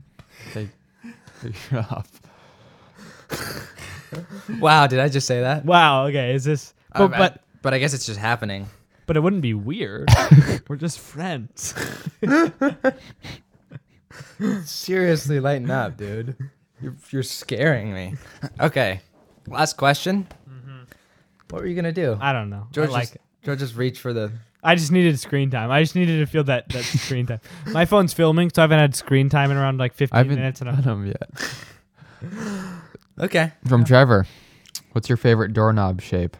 Speaker 1: take take your shirt off.
Speaker 2: Wow, did I just say that?
Speaker 3: Wow. Okay. Is this? But,
Speaker 2: I'm
Speaker 3: but
Speaker 2: But I guess it's just happening.
Speaker 3: But it wouldn't be weird. We're just friends.
Speaker 2: Seriously, lighten up, dude. You're, you're scaring me. Okay, last question. What were you gonna do?
Speaker 3: I don't know.
Speaker 2: George
Speaker 3: I like
Speaker 2: just, George just reached for the.
Speaker 3: I just needed screen time. I just needed to feel that, that screen time. My phone's filming, so I haven't had screen time in around like 15
Speaker 1: I haven't
Speaker 3: minutes. And
Speaker 1: done
Speaker 3: I'm,
Speaker 1: 'em yet.
Speaker 2: Okay,
Speaker 1: From Trevor, what's your favorite doorknob shape?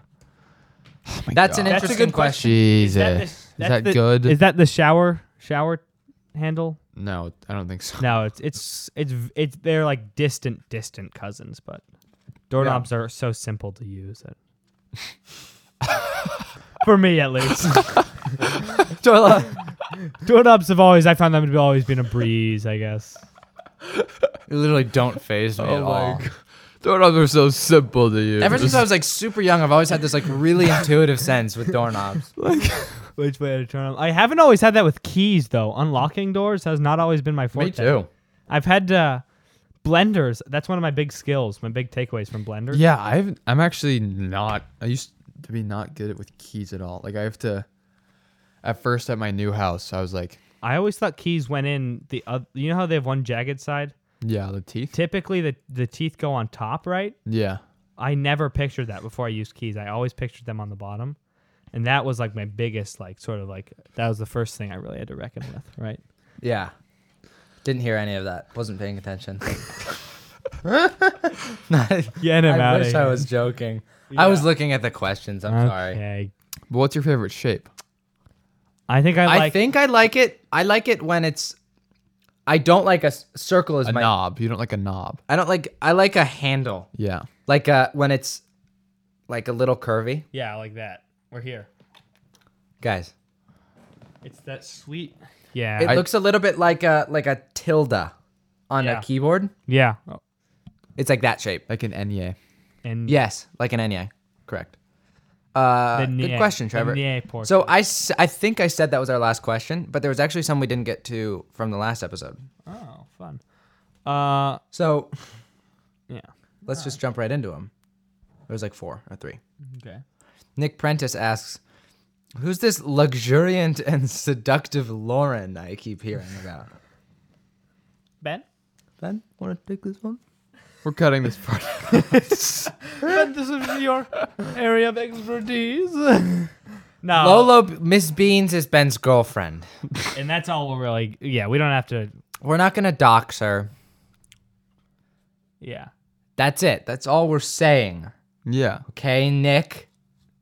Speaker 1: Oh my
Speaker 2: that's an
Speaker 1: God.
Speaker 3: That's a
Speaker 2: interesting
Speaker 3: good
Speaker 2: question.
Speaker 1: Jesus.
Speaker 3: that the-
Speaker 1: is
Speaker 3: that's
Speaker 1: that
Speaker 3: the-
Speaker 1: good?
Speaker 3: is that the shower shower handle?
Speaker 1: no, I don't think so.
Speaker 3: No, it's it's it's it's they're like distant distant cousins, but doorknobs are so simple to use that. For me, at least, doorknobs have always I found them to be always been a breeze. I guess.
Speaker 2: You literally don't phase me
Speaker 1: Oh
Speaker 2: at
Speaker 1: my
Speaker 2: all.
Speaker 1: God. Doorknobs are so simple to use.
Speaker 2: Ever since I was like super young, I've always had this like really intuitive sense with doorknobs.
Speaker 3: Which way to turn on? I haven't always had that with keys though. Unlocking doors has not always been my forte.
Speaker 2: Me too.
Speaker 3: I've had uh, blenders. That's one of my big skills. My big takeaways from blenders.
Speaker 1: Yeah, I've I'm actually not. I used to be not good at with keys at all. Like I have to. At first, at my new house, I was like,
Speaker 3: I always thought keys went in the other. You know how they have one jagged side.
Speaker 1: yeah, the teeth.
Speaker 3: Typically, the the teeth go on top, right?
Speaker 1: Yeah,
Speaker 3: I never pictured that before I used keys. I always pictured them on the bottom. And that was like my biggest, like, sort of like, that was the first thing I really had to reckon with, right?
Speaker 2: Yeah. Didn't hear any of that. Wasn't paying attention.
Speaker 3: Get him
Speaker 2: I
Speaker 3: out of
Speaker 2: wish
Speaker 3: here.
Speaker 2: I was joking. I was looking at the questions. I'm sorry.
Speaker 3: Okay.
Speaker 1: but what's your favorite shape?
Speaker 3: I think I
Speaker 2: I
Speaker 3: like.
Speaker 2: think I like it. I like it when it's. I don't like a s- circle as
Speaker 1: A
Speaker 2: my.
Speaker 1: knob. You don't like a knob.
Speaker 2: I don't like. I like a handle.
Speaker 1: Yeah.
Speaker 2: Like a when it's, like a little curvy.
Speaker 3: Yeah, like that. We're here.
Speaker 2: Guys,
Speaker 3: It's that sweet. Yeah.
Speaker 2: it looks a little bit like a like a tilde, on
Speaker 3: Yeah.
Speaker 2: a keyboard.
Speaker 3: yeah.
Speaker 2: It's like that shape.
Speaker 1: Like an E NEA.
Speaker 3: And
Speaker 2: Yes, like an NEA. Correct. Uh,
Speaker 3: The
Speaker 2: good
Speaker 3: NEA.
Speaker 2: question,
Speaker 3: The E
Speaker 2: Trevor.
Speaker 3: NEA portion.
Speaker 2: So I, s- I think I said that was our last question, but there was actually some we didn't get to from the last episode.
Speaker 3: Oh, fun. Uh,
Speaker 2: So
Speaker 3: yeah.
Speaker 2: let's just jump right into them. There was like four or three.
Speaker 3: Okay.
Speaker 2: Nick Prentice asks, "Who's this luxuriant and seductive Lauren I keep hearing about?"
Speaker 3: Ben?
Speaker 2: Ben, want to take this one?
Speaker 1: We're cutting this part.
Speaker 3: Ben, this is your area of expertise. no.
Speaker 2: Lolo Miss Beans is Ben's girlfriend.
Speaker 3: And that's all we're really, yeah, we don't have to,
Speaker 2: We're not gonna dox her.
Speaker 3: yeah.
Speaker 2: That's it. That's all we're saying.
Speaker 1: yeah.
Speaker 2: Okay, Nick.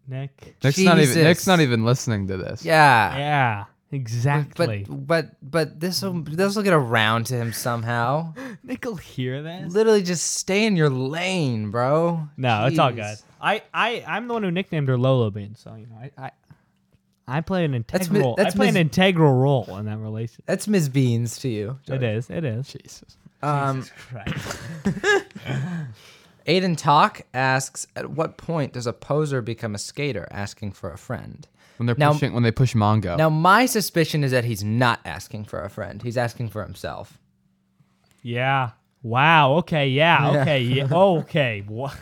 Speaker 3: Nick?
Speaker 1: Nick's not even.
Speaker 2: Jesus.
Speaker 1: Nick's not even listening to this.
Speaker 2: Yeah.
Speaker 3: Yeah, exactly.
Speaker 2: But but but this will this will get around to him somehow.
Speaker 3: Nick will hear that.
Speaker 2: Literally, just stay in your lane, bro.
Speaker 3: No, it's all
Speaker 2: Jeez.
Speaker 3: good. I I I'm the one who nicknamed her Lolo Bean, so you know I I, I play an
Speaker 2: That's mi-
Speaker 3: integral
Speaker 2: that's
Speaker 3: I play an
Speaker 2: mis-
Speaker 3: integral role in that relation.
Speaker 2: That's Miss Beans to you.
Speaker 3: It is. It is.
Speaker 1: Jesus.
Speaker 2: Um,
Speaker 3: Right.
Speaker 2: Aiden Talk asks, at what point does a poser become a skater asking for a friend?
Speaker 1: When they're
Speaker 2: Now-
Speaker 1: pushing, when they push Mongo.
Speaker 2: Now, my suspicion is that he's not asking for a friend. He's asking for himself.
Speaker 3: Yeah. Wow. Okay. Yeah.
Speaker 2: Yeah.
Speaker 3: Okay. Yeah. Okay. What?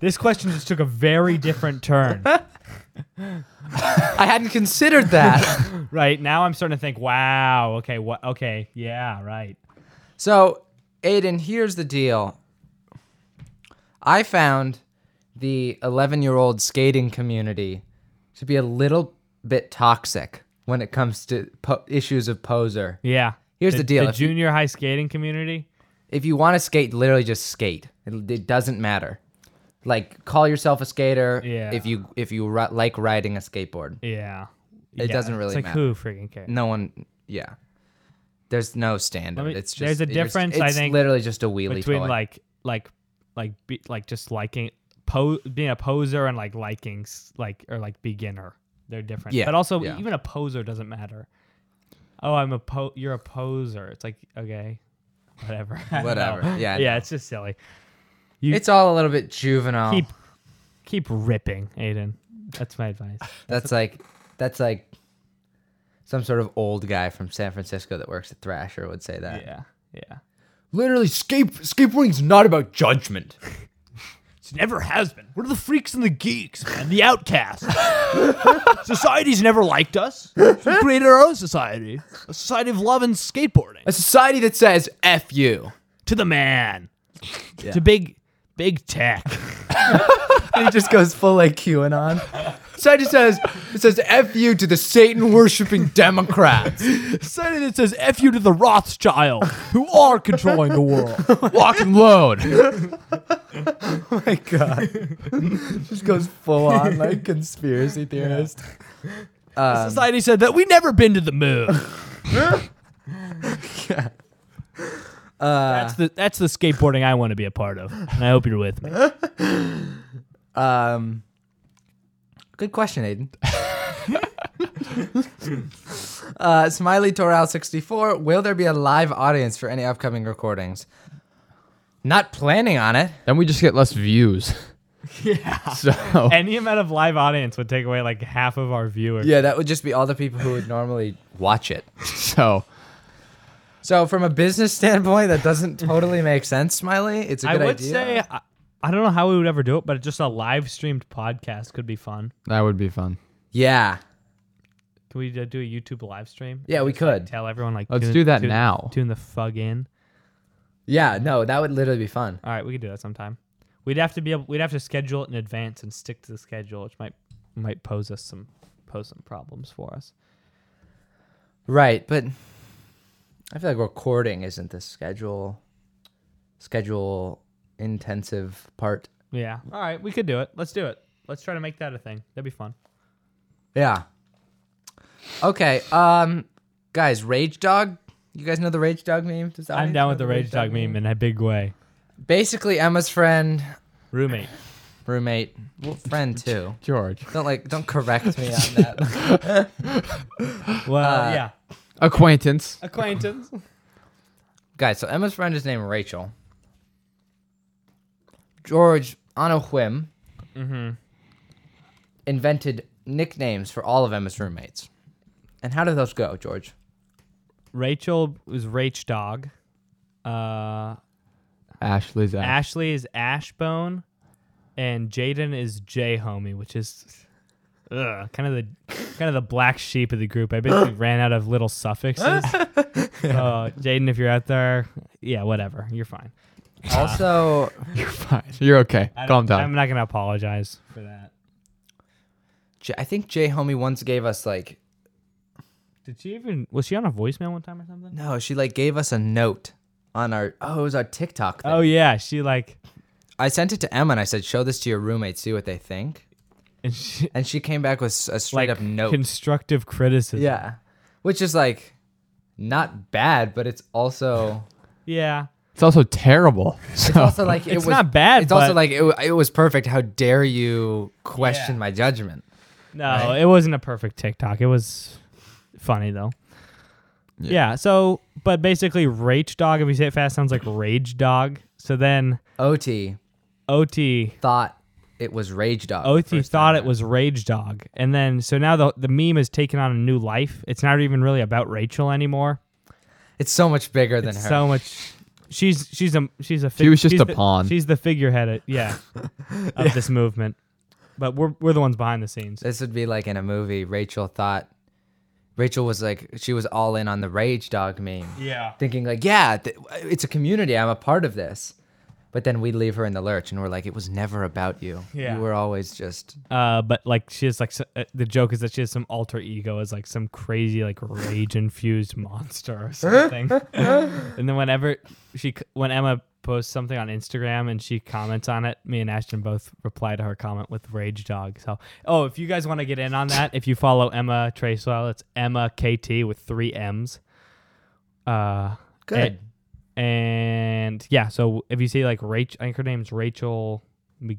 Speaker 3: This question just took a very different turn.
Speaker 2: I hadn't considered that.
Speaker 3: right now, I'm starting to think. Wow. Okay. What? Okay. Yeah. Right.
Speaker 2: so, Aiden, here's the deal. I found the 11 year old skating community to be a little bit toxic when it comes to po- issues of poser.
Speaker 3: Yeah.
Speaker 2: Here's the deal.
Speaker 3: The
Speaker 2: If you-
Speaker 3: junior high skating community.
Speaker 2: if you want to skate, literally just skate. It, it doesn't matter. Like call yourself a skater.
Speaker 3: Yeah.
Speaker 2: If you if you ri- like riding a skateboard,
Speaker 3: Yeah.
Speaker 2: It
Speaker 3: Yeah,
Speaker 2: doesn't really
Speaker 3: It's like
Speaker 2: matter.
Speaker 3: who freaking cares?
Speaker 2: no one. Yeah. There's no standard.
Speaker 3: Let me-
Speaker 2: it's just
Speaker 3: there's a
Speaker 2: it just-
Speaker 3: difference,
Speaker 2: It's
Speaker 3: I think,
Speaker 2: literally just a wheelie
Speaker 3: between
Speaker 2: toy.
Speaker 3: like like like be, like just liking po- being a poser and like liking s- like or like beginner. They're different.
Speaker 2: Yeah,
Speaker 3: But also
Speaker 2: yeah.
Speaker 3: even a poser doesn't matter. Oh, I'm a po you're a poser. It's like okay. Whatever. I don't
Speaker 2: Whatever.
Speaker 3: know.
Speaker 2: Yeah, I
Speaker 3: Yeah, it's just silly. You
Speaker 2: it's all a little bit juvenile.
Speaker 3: keep keep ripping, Aiden. That's my advice.
Speaker 2: that's like that's like some sort of old guy from San Francisco that works at Thrasher would say that.
Speaker 3: Yeah. Yeah.
Speaker 2: Literally, skate skateboarding's not about judgment.
Speaker 3: It never has been. We're the freaks and the geeks, man. The outcasts. Society's never liked us. We created our own society. A society of love and skateboarding.
Speaker 2: A society that says "f you."
Speaker 3: To the man. To big big tech.
Speaker 2: And he just goes full like QAnon. Society says it says "f you" to the Satan worshiping Democrats.
Speaker 3: Society that says F you to the Rothschild, who are controlling the world.
Speaker 1: Walk and load.
Speaker 2: my god, just goes full on like conspiracy theorist. Um,
Speaker 3: Society said that we never been to the moon.
Speaker 2: uh,
Speaker 3: that's the that's the skateboarding I want to be a part of, and I hope you're with me.
Speaker 2: Um, good question, Aiden. uh, Smiley Toral sixty four. Will there be a live audience for any upcoming recordings? Not planning on it.
Speaker 1: then we just get less views. Yeah. So
Speaker 3: Any amount of live audience would take away like half of our viewers.
Speaker 2: Yeah, that would just be all the people who would normally watch it.
Speaker 1: so
Speaker 2: So, from a business standpoint, that doesn't totally make sense, Smiley. It's a
Speaker 3: I
Speaker 2: good
Speaker 3: would
Speaker 2: idea.
Speaker 3: say I, I don't know how we would ever do it, but just a live streamed podcast could be fun.
Speaker 1: that would be fun.
Speaker 2: yeah,
Speaker 3: Can we uh, do a YouTube live stream?
Speaker 2: yeah, we could.
Speaker 3: Tell everyone like
Speaker 1: Let's
Speaker 3: tune-
Speaker 1: do that
Speaker 3: tune-
Speaker 1: now.
Speaker 3: Tune the fug in.
Speaker 2: Yeah, no, that would literally be fun.
Speaker 3: All right, we could do that sometime. We'd have to be able. We'd have to schedule it in advance and stick to the schedule, which might might pose us some pose some problems for us.
Speaker 2: Right, but I feel like recording isn't the schedule schedule intensive part.
Speaker 3: Yeah. All right, we could do it. Let's do it. Let's try to make that a thing. That'd be fun.
Speaker 2: Yeah. Okay. Um, guys, Rage Dog. You guys know the Rage Dog meme? Does the
Speaker 3: I'm
Speaker 2: audience
Speaker 3: down
Speaker 2: know
Speaker 3: with the rage dog meme in a big way.
Speaker 2: Basically, Emma's friend,
Speaker 3: Roommate.
Speaker 2: roommate, well, friend too.
Speaker 1: George.
Speaker 2: Don't like, don't correct me on that.
Speaker 3: Well, yeah.
Speaker 1: Acquaintance.
Speaker 3: Uh, Acquaintance.
Speaker 2: guys, so Emma's friend is named Rachel. George, on a whim, Mm-hmm. invented nicknames for all of Emma's roommates. And how did those go, George?
Speaker 3: Rachel was Rach Dog. Uh,
Speaker 1: Ashley's Ash.
Speaker 3: Ashley is Ashbone, and Jaden is J Homie, which is ugh, kind of the kind of the black sheep of the group. I basically ran out of little suffixes. Uh, Jaden, if you're out there, yeah, whatever, you're fine.
Speaker 2: Also,
Speaker 1: You're fine. You're okay.
Speaker 3: I
Speaker 1: Calm
Speaker 3: don't-
Speaker 1: down.
Speaker 3: I'm not gonna apologize for that.
Speaker 2: J- I think Jay Homie once gave us like
Speaker 3: Did she even was she on a voicemail one time or something?
Speaker 2: no, she like gave us a note on our oh it was our TikTok. Thing.
Speaker 3: Oh yeah, she like
Speaker 2: I sent it to Emma and I said show this to your roommates, see what they think,
Speaker 3: and she
Speaker 2: and she came back with s- a straight
Speaker 3: like
Speaker 2: up note.
Speaker 3: constructive criticism.
Speaker 2: yeah, which is like not bad, but it's also
Speaker 3: yeah.
Speaker 1: it's also terrible. So
Speaker 2: also like it
Speaker 3: It's
Speaker 2: was,
Speaker 3: not bad,
Speaker 2: It's also
Speaker 3: but-
Speaker 2: like it, wa- it was perfect. How dare you question
Speaker 3: Yeah.
Speaker 2: my judgment?
Speaker 3: No, it wasn't a perfect TikTok. It was funny though. Yeah. so, but basically, rage dog. If you say it fast, sounds like rage dog. So then,
Speaker 2: Ot
Speaker 3: Ot
Speaker 2: thought it was Rage Dog.
Speaker 3: Ot
Speaker 2: first
Speaker 3: thought
Speaker 2: time
Speaker 3: it was rage dog, and then so now the the meme has taken on a new life. It's not even really about Rachel anymore.
Speaker 2: around. It's so much bigger than
Speaker 3: It's
Speaker 2: her.
Speaker 3: so much. She's she's a she's a. Fig-
Speaker 1: She was just
Speaker 3: she's
Speaker 1: a
Speaker 3: the-
Speaker 1: pawn.
Speaker 3: She's the figurehead. Of, yeah, of this movement. But we're we're the ones behind the scenes.
Speaker 2: This would be like in a movie. Rachel thought Rachel was like she was all in on the Rage Dog meme,
Speaker 3: Yeah.
Speaker 2: thinking like, yeah, th- it's a community. I'm a part of this. But then we leave her in the lurch, and we're like, it was never about you.
Speaker 3: Yeah.
Speaker 2: You were always just
Speaker 3: Uh, but like she has like s- uh, the joke is that she has some alter ego as like some crazy like rage infused monster or something. and then whenever she c- when Emma posts something on Instagram and she comments on it, me and Ashton both reply to her comment with rage dog. So oh, if you guys want to get in on that, if you follow Emma Tracewell, it's Emma KT with three M's. Uh,
Speaker 2: Good.
Speaker 3: a- And, yeah, so if you see like Rachel, I think her name's Rachel. Mc-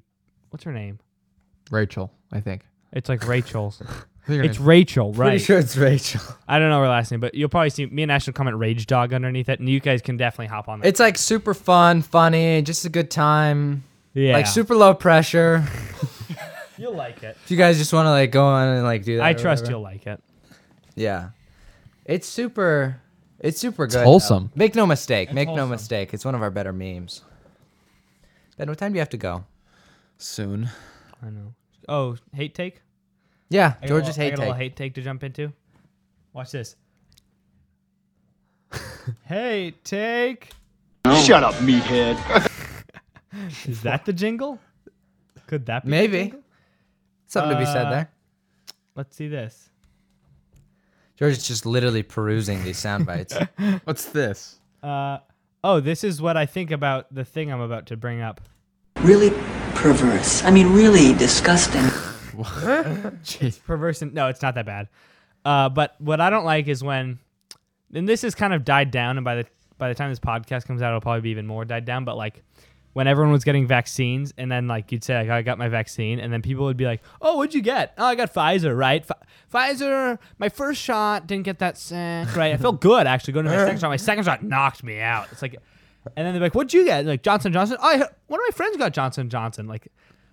Speaker 3: What's her name?
Speaker 1: Rachel, I think.
Speaker 3: It's like Rachel's.
Speaker 1: I think her
Speaker 3: it's
Speaker 1: name-
Speaker 3: Rachel, right?
Speaker 2: it's Rachel.
Speaker 3: I don't know her last name, but you'll probably see me and Ash will comment Rage Dog underneath it, and you guys can definitely hop on that.
Speaker 2: It's like super fun, funny, just a good time.
Speaker 3: yeah,
Speaker 2: Like super low pressure.
Speaker 3: You'll like it.
Speaker 2: If you guys just want to like go on and like do that,
Speaker 3: I
Speaker 2: or
Speaker 3: trust
Speaker 2: whatever.
Speaker 3: you'll like it.
Speaker 2: Yeah, it's super. It's super good. though.
Speaker 1: wholesome.
Speaker 2: Make no mistake. Make no
Speaker 3: wholesome.
Speaker 2: mistake. It's one of our better memes. Ben, what time do you have to go? soon.
Speaker 3: I know. Oh, hate take.
Speaker 2: Yeah,
Speaker 3: I got a
Speaker 2: George's
Speaker 3: little- I
Speaker 2: hate
Speaker 3: got a little
Speaker 2: take.
Speaker 3: hate take to jump into. Watch this. hey, take.
Speaker 5: Shut up, meathead.
Speaker 3: Is that the jingle? Could that be the
Speaker 2: Maybe
Speaker 3: jingle?
Speaker 2: something to be said
Speaker 3: Uh,
Speaker 2: there.
Speaker 3: Let's see this.
Speaker 2: George is just literally perusing these sound bites.
Speaker 1: What's this?
Speaker 3: Uh, oh, this is what I think about the thing I'm about to bring up.
Speaker 6: really perverse. I mean, really disgusting.
Speaker 1: Jeez.
Speaker 3: perverse and no, it's not that bad. Uh, but what I don't like is when, and this has kind of died down, and by the by the time this podcast comes out, it'll probably be even more died down. But like when everyone was getting vaccines, and then like you'd say, like, I got my vaccine, and then people would be like, Oh, what'd you get? Oh, I got Pfizer, right? F- Pfizer, my first shot didn't get that sick, right? I felt good actually going to my second shot. My second shot knocked me out. It's like. And then they're like, "What'd you get?" Like Johnson Johnson. Oh, I heard- one of my friends got Johnson Johnson. Like,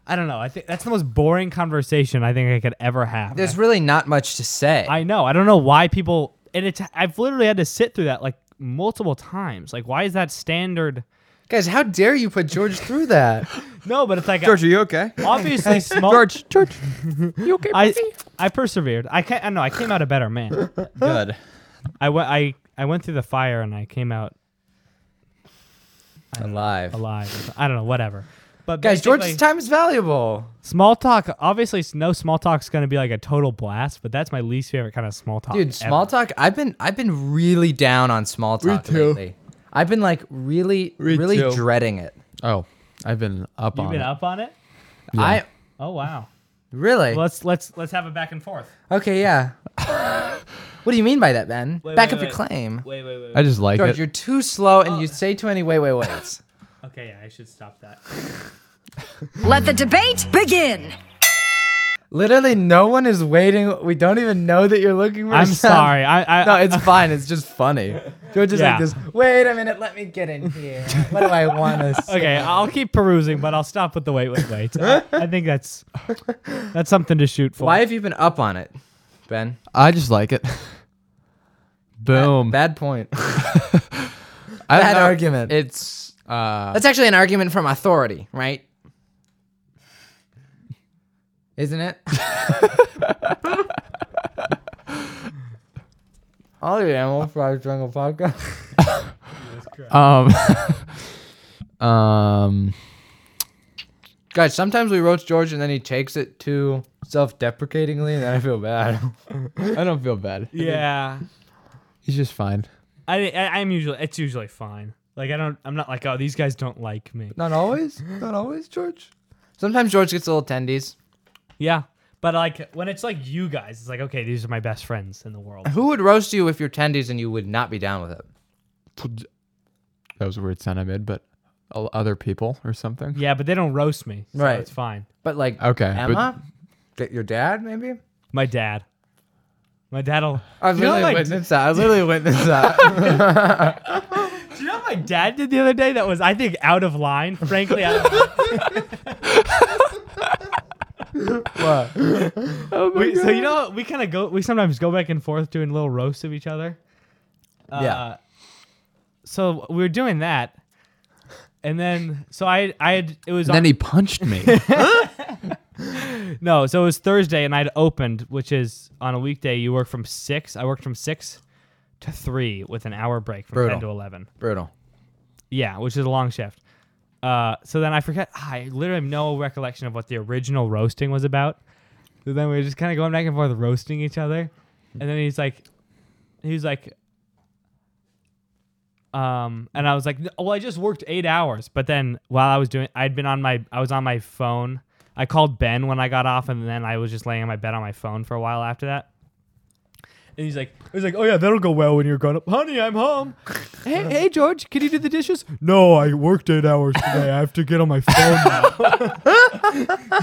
Speaker 3: I don't know. I think that's the most boring conversation I think I could ever have.
Speaker 2: There's really not much to say.
Speaker 3: I know. I don't know why people. And it's. I've literally had to sit through that like multiple times. Like, why is that standard?
Speaker 2: Guys, how dare you put George through that?
Speaker 3: No, but it's like
Speaker 1: George, are you okay?
Speaker 3: obviously small.
Speaker 1: George, George, you okay?
Speaker 3: I I persevered. I can't. I know. I came out a better man.
Speaker 1: Good.
Speaker 3: I went. I I went through the fire and I came out
Speaker 2: Alive.
Speaker 3: alive. I don't know. Whatever. But
Speaker 2: Guys, George's
Speaker 3: basically-
Speaker 2: time is valuable.
Speaker 3: Small talk, obviously, s- no small talk's gonna be like a total blast, but that's my least favorite kind of small talk.
Speaker 2: Dude, small
Speaker 3: ever.
Speaker 2: talk. I've been I've been really down on small talk
Speaker 1: too.
Speaker 2: lately. I've been like really
Speaker 1: Me
Speaker 2: really
Speaker 1: too.
Speaker 2: dreading it.
Speaker 1: Oh, I've been up
Speaker 3: You've
Speaker 1: on
Speaker 3: been
Speaker 1: it.
Speaker 3: up on it.
Speaker 2: I
Speaker 3: Oh wow.
Speaker 2: really
Speaker 3: Let's let's let's have a back and forth.
Speaker 2: okay. Yeah. what do you mean by that, Ben?
Speaker 3: Wait,
Speaker 2: Back
Speaker 3: wait,
Speaker 2: up your
Speaker 3: wait.
Speaker 2: claim.
Speaker 3: Wait, wait, wait. Oh.
Speaker 1: I just like
Speaker 2: George,
Speaker 1: it.
Speaker 2: you're too slow, and you say too many wait wait waits.
Speaker 3: Okay, yeah, I should stop that.
Speaker 7: Let the debate begin.
Speaker 2: Literally, no one is waiting. We don't even know that you're looking for.
Speaker 3: I'm
Speaker 2: sound-
Speaker 3: sorry. I, I
Speaker 2: No, it's fine. It's just funny. George is
Speaker 3: Yeah.
Speaker 2: like this. Wait a minute. Let me get in here. What do I want to say?
Speaker 3: okay. I'll keep perusing, but I'll stop with the wait, wait, wait. I, I think that's that's something to shoot for.
Speaker 2: Why have you been up on it, Ben?
Speaker 1: I just like it. Boom.
Speaker 2: Bad point.
Speaker 1: I don't
Speaker 2: bad
Speaker 1: know.
Speaker 2: argument.
Speaker 1: It's uh,
Speaker 2: That's actually an argument from authority, right? Isn't it? All the animal fried jungle podcast.
Speaker 1: um, um,
Speaker 2: Guys, sometimes we roast George and then he takes it too self-deprecatingly, and then I feel bad.
Speaker 1: I don't feel bad.
Speaker 3: Yeah,
Speaker 1: He's just fine.
Speaker 3: I, I I'm usually it's usually fine. Like I don't. I'm not like oh these guys don't like me.
Speaker 2: Not always. Not always, George. Sometimes George gets a little tendies.
Speaker 3: Yeah, but like when it's like you guys, it's like okay, these are my best friends in the world.
Speaker 2: Who would roast you if you're tendies and you would not be down with it?
Speaker 1: That was a weird sound I made, but o- other people or something.
Speaker 3: Yeah, but they don't roast me. So
Speaker 2: Right.
Speaker 3: It's fine.
Speaker 2: But like
Speaker 1: Okay, but-
Speaker 2: Emma, Th- your dad maybe.
Speaker 3: My dad. My dad'll.
Speaker 2: I
Speaker 3: You know,
Speaker 2: literally
Speaker 3: like-
Speaker 2: witnessed that. I literally witnessed that.
Speaker 3: Do you know what my dad did the other day? That was, I think, out of line. Frankly, out of line. We- so you know, what? we kind of go. We sometimes go back and forth doing little roasts of each other. Uh,
Speaker 2: Yeah.
Speaker 3: So we were doing that, and then so I I had it was
Speaker 1: And
Speaker 3: on,
Speaker 1: then he punched me.
Speaker 3: no so it was Thursday and I'd opened which is on a weekday you work from six I worked from six to three with an hour break from
Speaker 2: Brutal.
Speaker 3: ten to eleven
Speaker 2: Brutal.
Speaker 3: Yeah, which is a long shift. Uh, so then I forget. I literally have no recollection of what the original roasting was about. So then we were just kind of going back and forth roasting each other, and then he's like, he was like, um, and I was like, "No, well, I just worked eight hours, but then while I was doing, I'd been on my, I was on my phone. I called Ben when I got off, and then I was just laying on my bed on my phone for a while after that. And he's like, he's like, oh yeah, that'll go well when you're grown up, honey. I'm home. hey, hey, George, can you do the dishes? No, I worked eight hours today. I have to get on my phone now.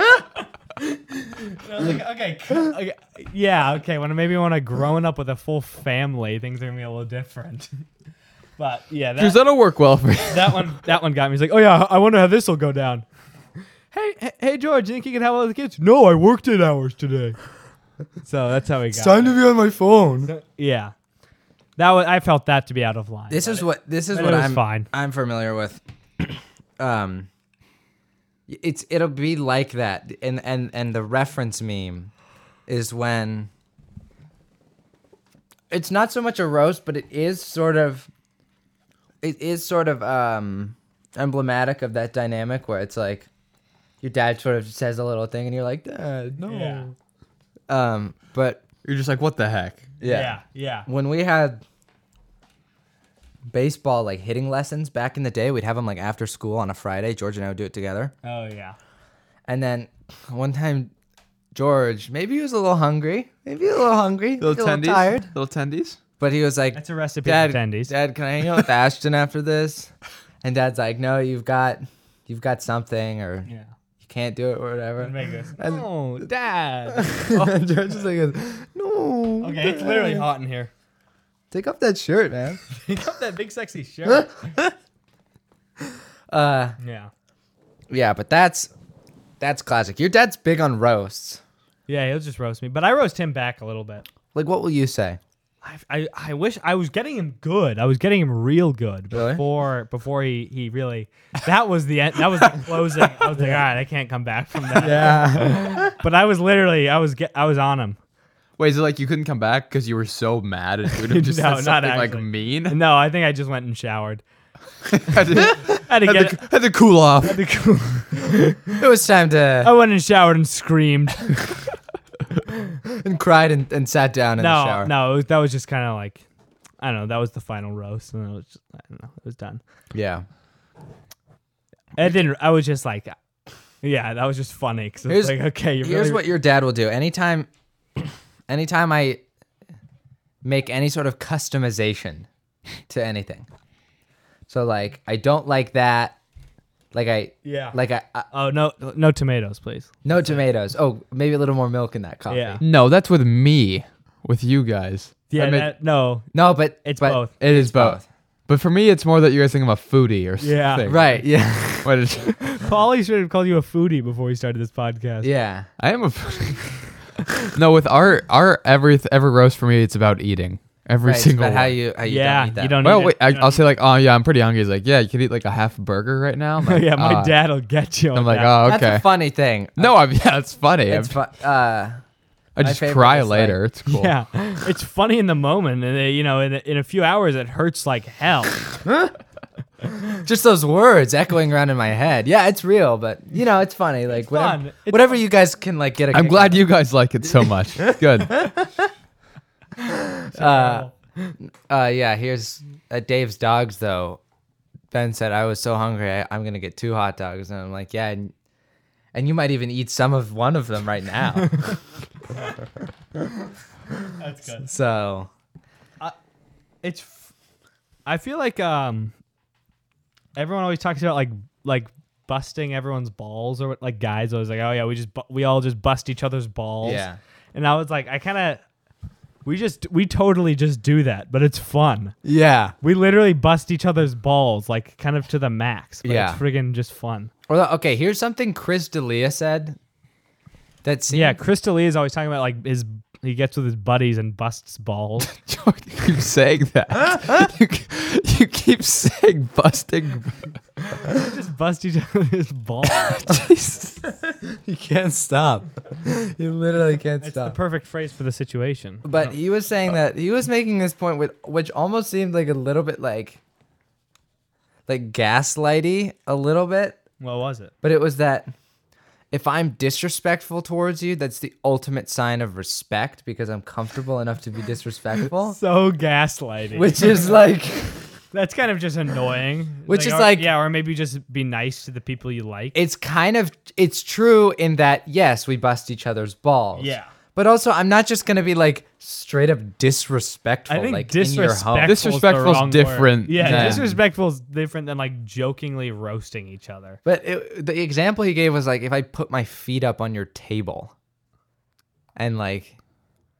Speaker 3: And I was like, okay, c- okay, yeah, okay. When maybe when I growing up with a full family, things are gonna be a little different. But yeah, that,
Speaker 1: Because that'll work well for you.
Speaker 3: that one that one got me. He's like, oh yeah, I wonder how this will go down. Hey, hey, hey, George, you think you can help all the kids? No, I worked eight hours today. So that's how we got. it.
Speaker 2: to be on my phone.
Speaker 3: Yeah, that was, I felt that to be out of line.
Speaker 2: This is what this is
Speaker 3: but
Speaker 2: what
Speaker 3: it was
Speaker 2: I'm
Speaker 3: fine.
Speaker 2: I'm familiar with. um, It's it'll be like that, and and and the reference meme is when it's not so much a roast, but it is sort of it is sort of um emblematic of that dynamic where it's like your dad sort of says a little thing, and you're like, Dad, no.
Speaker 3: Yeah.
Speaker 2: Um, but
Speaker 1: You're just like, what the heck?
Speaker 3: Yeah. Yeah.
Speaker 2: when we had baseball like hitting lessons back in the day, we'd have them like after school on a Friday. George and I would do it together.
Speaker 3: Oh yeah.
Speaker 2: And then one time, George, maybe he was a little hungry, maybe a little hungry, a
Speaker 1: Little
Speaker 2: little
Speaker 1: tendies.
Speaker 2: tired,
Speaker 1: Little tendies.
Speaker 2: but he was like,
Speaker 3: That's a recipe
Speaker 2: "Dad,
Speaker 3: for tendies.
Speaker 2: Dad, can I hang out with Ashton after this?" And Dad's like, "No, you've got, you've got something, or
Speaker 3: Yeah.
Speaker 2: you can't do it, or whatever."
Speaker 3: And Meg goes, "No, Oh, Dad."
Speaker 2: George is like, "No,
Speaker 3: Okay, it's literally hot in here.
Speaker 2: take off that shirt, man."
Speaker 3: Pick up that big sexy shirt.
Speaker 2: Uh,
Speaker 3: yeah.
Speaker 2: Yeah, but that's that's classic. Your dad's big on roasts.
Speaker 3: Yeah, he'll just roast me, but I roast him back a little bit.
Speaker 2: Like, what will you say?
Speaker 3: I, I, I wish I was getting him good. I was getting him real good
Speaker 2: Really?
Speaker 3: before before he, he really that was the end that was the closing. I was like, all right, I can't come back from that.
Speaker 2: Yeah,
Speaker 3: But I was literally I was get I was on him.
Speaker 1: Wait, is it like you couldn't come back because you were so mad and you would have just
Speaker 3: No,
Speaker 1: said
Speaker 3: not
Speaker 1: something like
Speaker 3: actually.
Speaker 1: mean?
Speaker 3: No, I think I just went and showered.
Speaker 1: had, to,
Speaker 3: I had to
Speaker 1: had
Speaker 3: get
Speaker 1: to- had to cool off.
Speaker 2: it was time
Speaker 3: I
Speaker 2: to
Speaker 3: went and showered and screamed.
Speaker 2: and cried and, and sat down in the
Speaker 3: no,
Speaker 2: shower.
Speaker 3: Oh, no, it was, that was just kind of like I don't know. That was the final roast, and it was just, I don't know. It was done.
Speaker 2: Yeah.
Speaker 3: I didn't. I was just like, yeah, that was just funny. Cause it's
Speaker 2: Here's-
Speaker 3: like, okay, you
Speaker 2: Here's
Speaker 3: really,
Speaker 2: what your dad will do. Anytime, anytime I make any sort of customization to anything. So like, I don't like that. Like I,
Speaker 3: yeah,
Speaker 2: like I, I
Speaker 3: oh no, no tomatoes, please.
Speaker 2: no tomatoes. Oh, maybe a little more milk in that coffee.
Speaker 3: Yeah,
Speaker 1: No, that's with me, with you guys.
Speaker 3: yeah,
Speaker 1: I mean,
Speaker 3: that- no,
Speaker 2: No, but
Speaker 3: it's
Speaker 2: but-
Speaker 3: both.
Speaker 1: it is both. But for me, it's more that you guys think I'm a foodie or
Speaker 3: Yeah.
Speaker 1: something.
Speaker 2: Right. Yeah.
Speaker 1: What is-
Speaker 3: Paulie should have called you a foodie before we started this podcast.
Speaker 2: yeah.
Speaker 1: I am a foodie. no, with our our every every roast for me, it's about eating every
Speaker 2: Right, it's
Speaker 1: single.
Speaker 2: about how
Speaker 1: one.
Speaker 2: you how you
Speaker 3: yeah,
Speaker 2: don't eat that.
Speaker 3: you don't.
Speaker 1: Well,
Speaker 3: need
Speaker 1: wait.
Speaker 3: it.
Speaker 1: I,
Speaker 3: You don't
Speaker 1: I'll say like, oh yeah, I'm pretty hungry. He's like, yeah, you could eat like a half burger right now. I'm like,
Speaker 3: yeah, my
Speaker 1: "Ah."
Speaker 3: dad will get you. On
Speaker 1: I'm like,
Speaker 3: that.
Speaker 1: oh
Speaker 2: That's
Speaker 1: okay.
Speaker 2: a funny thing.
Speaker 1: no, I'm, yeah, it's funny.
Speaker 2: It's
Speaker 1: I'm-
Speaker 2: fu- uh,
Speaker 1: I
Speaker 2: my
Speaker 1: just
Speaker 2: favorite
Speaker 1: cry
Speaker 2: is, like-
Speaker 1: later. it's cool.
Speaker 3: Yeah, it's funny in the moment, and they, you know, in, in a few hours, it hurts like hell.
Speaker 2: just those words echoing around in my head. Yeah, it's real, but you know, it's funny. Like whatever,
Speaker 3: fun. It's
Speaker 2: whatever you guys can like get. A
Speaker 1: I'm
Speaker 2: kick
Speaker 1: glad
Speaker 2: out
Speaker 1: you guys like it so much. Good.
Speaker 2: of. Uh, yeah, here's uh, Dave's dogs though. Ben said I was so hungry. I, I'm gonna get two hot dogs, and I'm like, yeah, and, and you might even eat some of one of them right now.
Speaker 3: That's good.
Speaker 2: so
Speaker 3: it's f- i feel like um everyone always talks about like like busting everyone's balls or what like guys always like oh yeah we just bu- we all just bust each other's balls
Speaker 2: Yeah.
Speaker 3: and i was like i kind of we just we totally just do that but it's fun
Speaker 2: yeah,
Speaker 3: we literally bust each other's balls like kind of to the max but
Speaker 2: Yeah.
Speaker 3: it's friggin just fun
Speaker 2: or the- okay, here's something Chris D'Elia said. That seemed
Speaker 3: yeah crystal lee is always talking about like his he gets with his buddies and busts balls
Speaker 1: Jordan, you keep saying that. you, k- you keep saying busting.
Speaker 3: just bust each other's balls
Speaker 1: Jesus.
Speaker 2: You can't stop. You literally can't
Speaker 3: it's the
Speaker 2: stop.
Speaker 3: perfect phrase for the situation
Speaker 2: but he was
Speaker 3: Uh,
Speaker 2: saying that he was making this point with which almost seemed like a little bit like like gaslighty a little bit,
Speaker 3: what was it
Speaker 2: but it was that if I'm disrespectful towards you, that's the ultimate sign of respect because I'm comfortable enough to be disrespectful,
Speaker 3: so gaslighting
Speaker 2: which is like
Speaker 3: That's kind of just annoying.
Speaker 2: Which is
Speaker 3: or-
Speaker 2: like-
Speaker 3: yeah, or maybe just be nice to the people you like.
Speaker 2: it's kind of it's true in that yes, we bust each other's balls.
Speaker 3: Yeah.
Speaker 2: But also, I'm not just gonna be like straight up disrespectful.
Speaker 3: I think
Speaker 2: like
Speaker 3: disrespectful.
Speaker 2: in your home.
Speaker 1: Disrespectful's different
Speaker 3: Yeah,
Speaker 1: than-
Speaker 3: disrespectful is different than like jokingly roasting each other.
Speaker 2: But it, the example he gave was like if I put my feet up on your table, and like,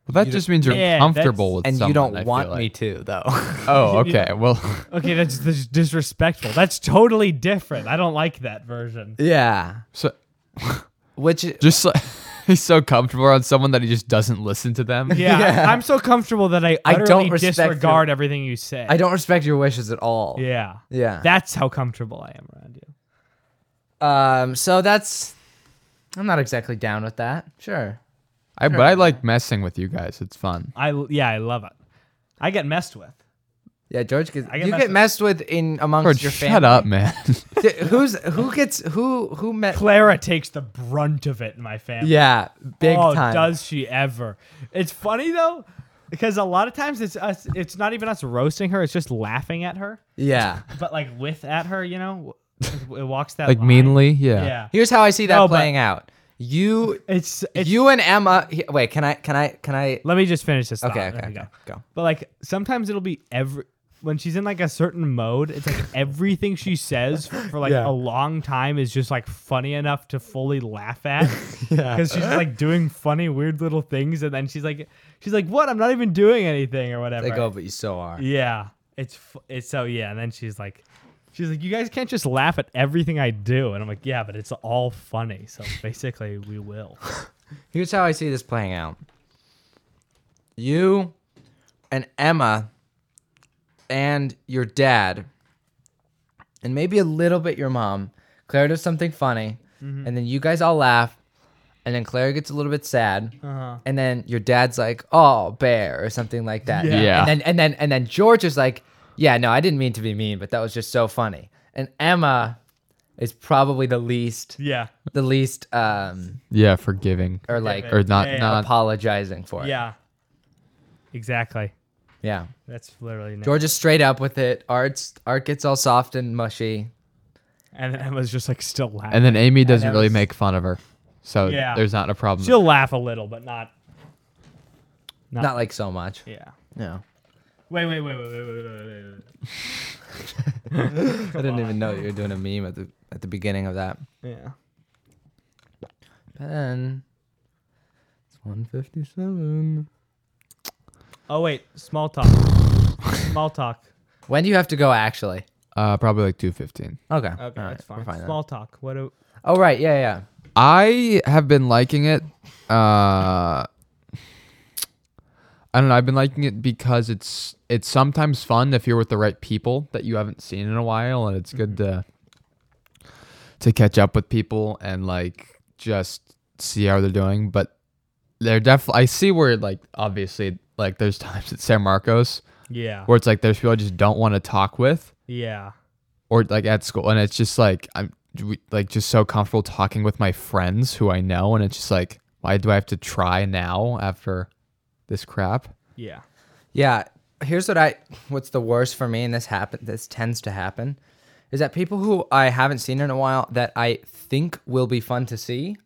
Speaker 1: Well, that just means you're
Speaker 3: Yeah,
Speaker 1: comfortable with
Speaker 2: and
Speaker 1: someone.
Speaker 2: you don't
Speaker 1: I feel
Speaker 2: want me
Speaker 1: like.
Speaker 2: to though.
Speaker 1: Oh, okay. Well,
Speaker 3: Okay, that's, that's disrespectful. That's totally different. I don't like that version.
Speaker 2: yeah,
Speaker 1: so
Speaker 2: which
Speaker 1: just like, he's so comfortable around someone that he just doesn't listen to them.
Speaker 3: Yeah, I'm so comfortable that I
Speaker 2: I
Speaker 3: utterly
Speaker 2: don't respect
Speaker 3: disregard
Speaker 2: you.
Speaker 3: everything you say.
Speaker 2: I don't respect your wishes at all.
Speaker 3: Yeah.
Speaker 2: Yeah.
Speaker 3: That's how comfortable I am around you.
Speaker 2: Um, so that's I'm not exactly down with that. Sure.
Speaker 1: I but I like messing with you guys. It's fun.
Speaker 3: I yeah, I love it. I get messed with.
Speaker 2: Yeah, George gets
Speaker 3: get
Speaker 2: you
Speaker 3: messed
Speaker 2: get
Speaker 3: with.
Speaker 2: messed with in amongst
Speaker 1: George,
Speaker 2: your family.
Speaker 1: shut up, man.
Speaker 2: D- Who's who gets who who met?
Speaker 3: Clara takes the brunt of it in my family.
Speaker 2: Yeah, big
Speaker 3: oh,
Speaker 2: time.
Speaker 3: does she ever? It's funny though, because a lot of times it's us. It's not even us roasting her. It's just laughing at her,
Speaker 2: Yeah.
Speaker 3: but like with at her, you know, it walks that
Speaker 1: like
Speaker 3: line.
Speaker 1: meanly, yeah.
Speaker 3: Yeah,
Speaker 2: Here's how I see that
Speaker 3: No, but-
Speaker 2: playing out. You
Speaker 3: it's it's.
Speaker 2: you and Emma. he- Wait, can I can I can I?
Speaker 3: let me just finish this. thought.
Speaker 2: Okay,
Speaker 3: There
Speaker 2: okay,
Speaker 3: we
Speaker 2: okay, go.
Speaker 3: But like sometimes it'll be every when she's in like a certain mode, it's like everything she says for like a long time is just like funny enough to fully laugh at. yeah. Cuz she's like doing funny weird little things and then she's like she's like what? I'm not even doing anything or whatever.
Speaker 2: They go, but you so are.
Speaker 3: Yeah. It's f- it's so yeah, and then she's like she's like you guys can't just laugh at everything I do. And I'm like, yeah, but it's all funny. So basically we will.
Speaker 2: Here's how I see this playing out. You and Emma and your dad, and maybe a little bit your mom, Claire does something funny, and then you guys all laugh, and then Claire gets a little bit sad, and then your dad's like, "Oh, bear," or something like that.
Speaker 3: Yeah.
Speaker 1: Yeah.
Speaker 2: And then and then and then George is like, "Yeah, no, I didn't mean to be mean, but that was just so funny." And Emma is probably the least,
Speaker 3: Yeah.
Speaker 2: the least, um,
Speaker 1: Yeah, forgiving.
Speaker 2: or like,
Speaker 1: Or not
Speaker 3: Yeah, yeah.
Speaker 1: not
Speaker 2: apologizing for it.
Speaker 3: Yeah. Exactly.
Speaker 2: Yeah.
Speaker 3: That's literally no.
Speaker 2: George is straight up with it. Art's art gets all soft and mushy.
Speaker 3: And then Emma's just like still laughing.
Speaker 1: and then Amy doesn't
Speaker 2: that
Speaker 1: really
Speaker 2: was-
Speaker 1: make fun of her. So
Speaker 3: Yeah.
Speaker 1: there's not a problem.
Speaker 3: she'll laugh a little, but not.
Speaker 2: Not like so much.
Speaker 3: Yeah.
Speaker 2: No.
Speaker 3: Wait, wait, wait, wait, wait, wait, wait, wait, wait.
Speaker 2: I didn't even know you were doing a meme at the at the beginning of that.
Speaker 3: wait. Yeah.
Speaker 2: Ben. It's 157.
Speaker 3: Oh wait, small talk. small talk.
Speaker 2: When do you have to go actually?
Speaker 1: uh probably like 215.
Speaker 2: Okay.
Speaker 3: Okay, that's fine.
Speaker 2: fine then.
Speaker 3: small talk. What? Do,
Speaker 2: Oh right, yeah, yeah.
Speaker 1: I have been liking it. Uh I don't know. I've been liking it because it's it's sometimes fun if you're with the right people that you haven't seen in a while, and it's good to to catch up with people and like just see how they're doing. But they're definitely I see where like obviously like there's times at San Marcos
Speaker 3: yeah.
Speaker 1: where it's like there's people I just don't want to talk with,
Speaker 3: Yeah.
Speaker 1: or like at school and it's just like i'm we- like just so comfortable talking with my friends who i know and it's just like why do i have to try now after this crap
Speaker 3: Yeah.
Speaker 2: Yeah. Here's what I what's the worst for me and this happen this tends to happen is that people who I haven't seen in a while that I think will be fun to see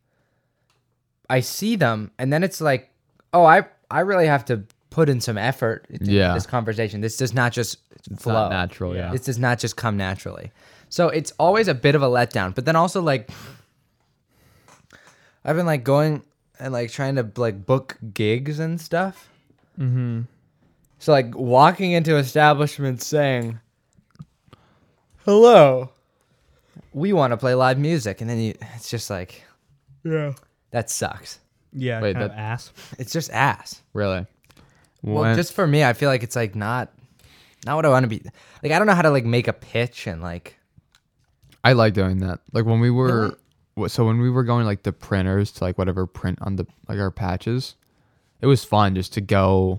Speaker 2: I see them and then it's like oh I I really have to put in some effort into
Speaker 1: Yeah.
Speaker 2: this conversation this does not just
Speaker 1: it's
Speaker 2: flow
Speaker 1: not natural yeah,
Speaker 2: this does not just come naturally. So it's always a bit of a letdown. But then also like I've been like going and like trying to like book gigs and stuff. Mm-hmm. So like walking into establishments saying, "Hello, we want to play live music," and then you, it's just like
Speaker 3: Yeah.
Speaker 2: that sucks.
Speaker 3: Yeah.
Speaker 1: Wait,
Speaker 3: kind of
Speaker 1: that-
Speaker 3: ass.
Speaker 2: It's just ass.
Speaker 1: really
Speaker 2: Well,
Speaker 1: When-
Speaker 2: just for me, I feel like it's like not not what I want to be. Like I don't know how to like make a pitch and like
Speaker 1: i like doing that like when we were wh- so when we were going like the printers to like whatever print on the like our patches it was fun just to go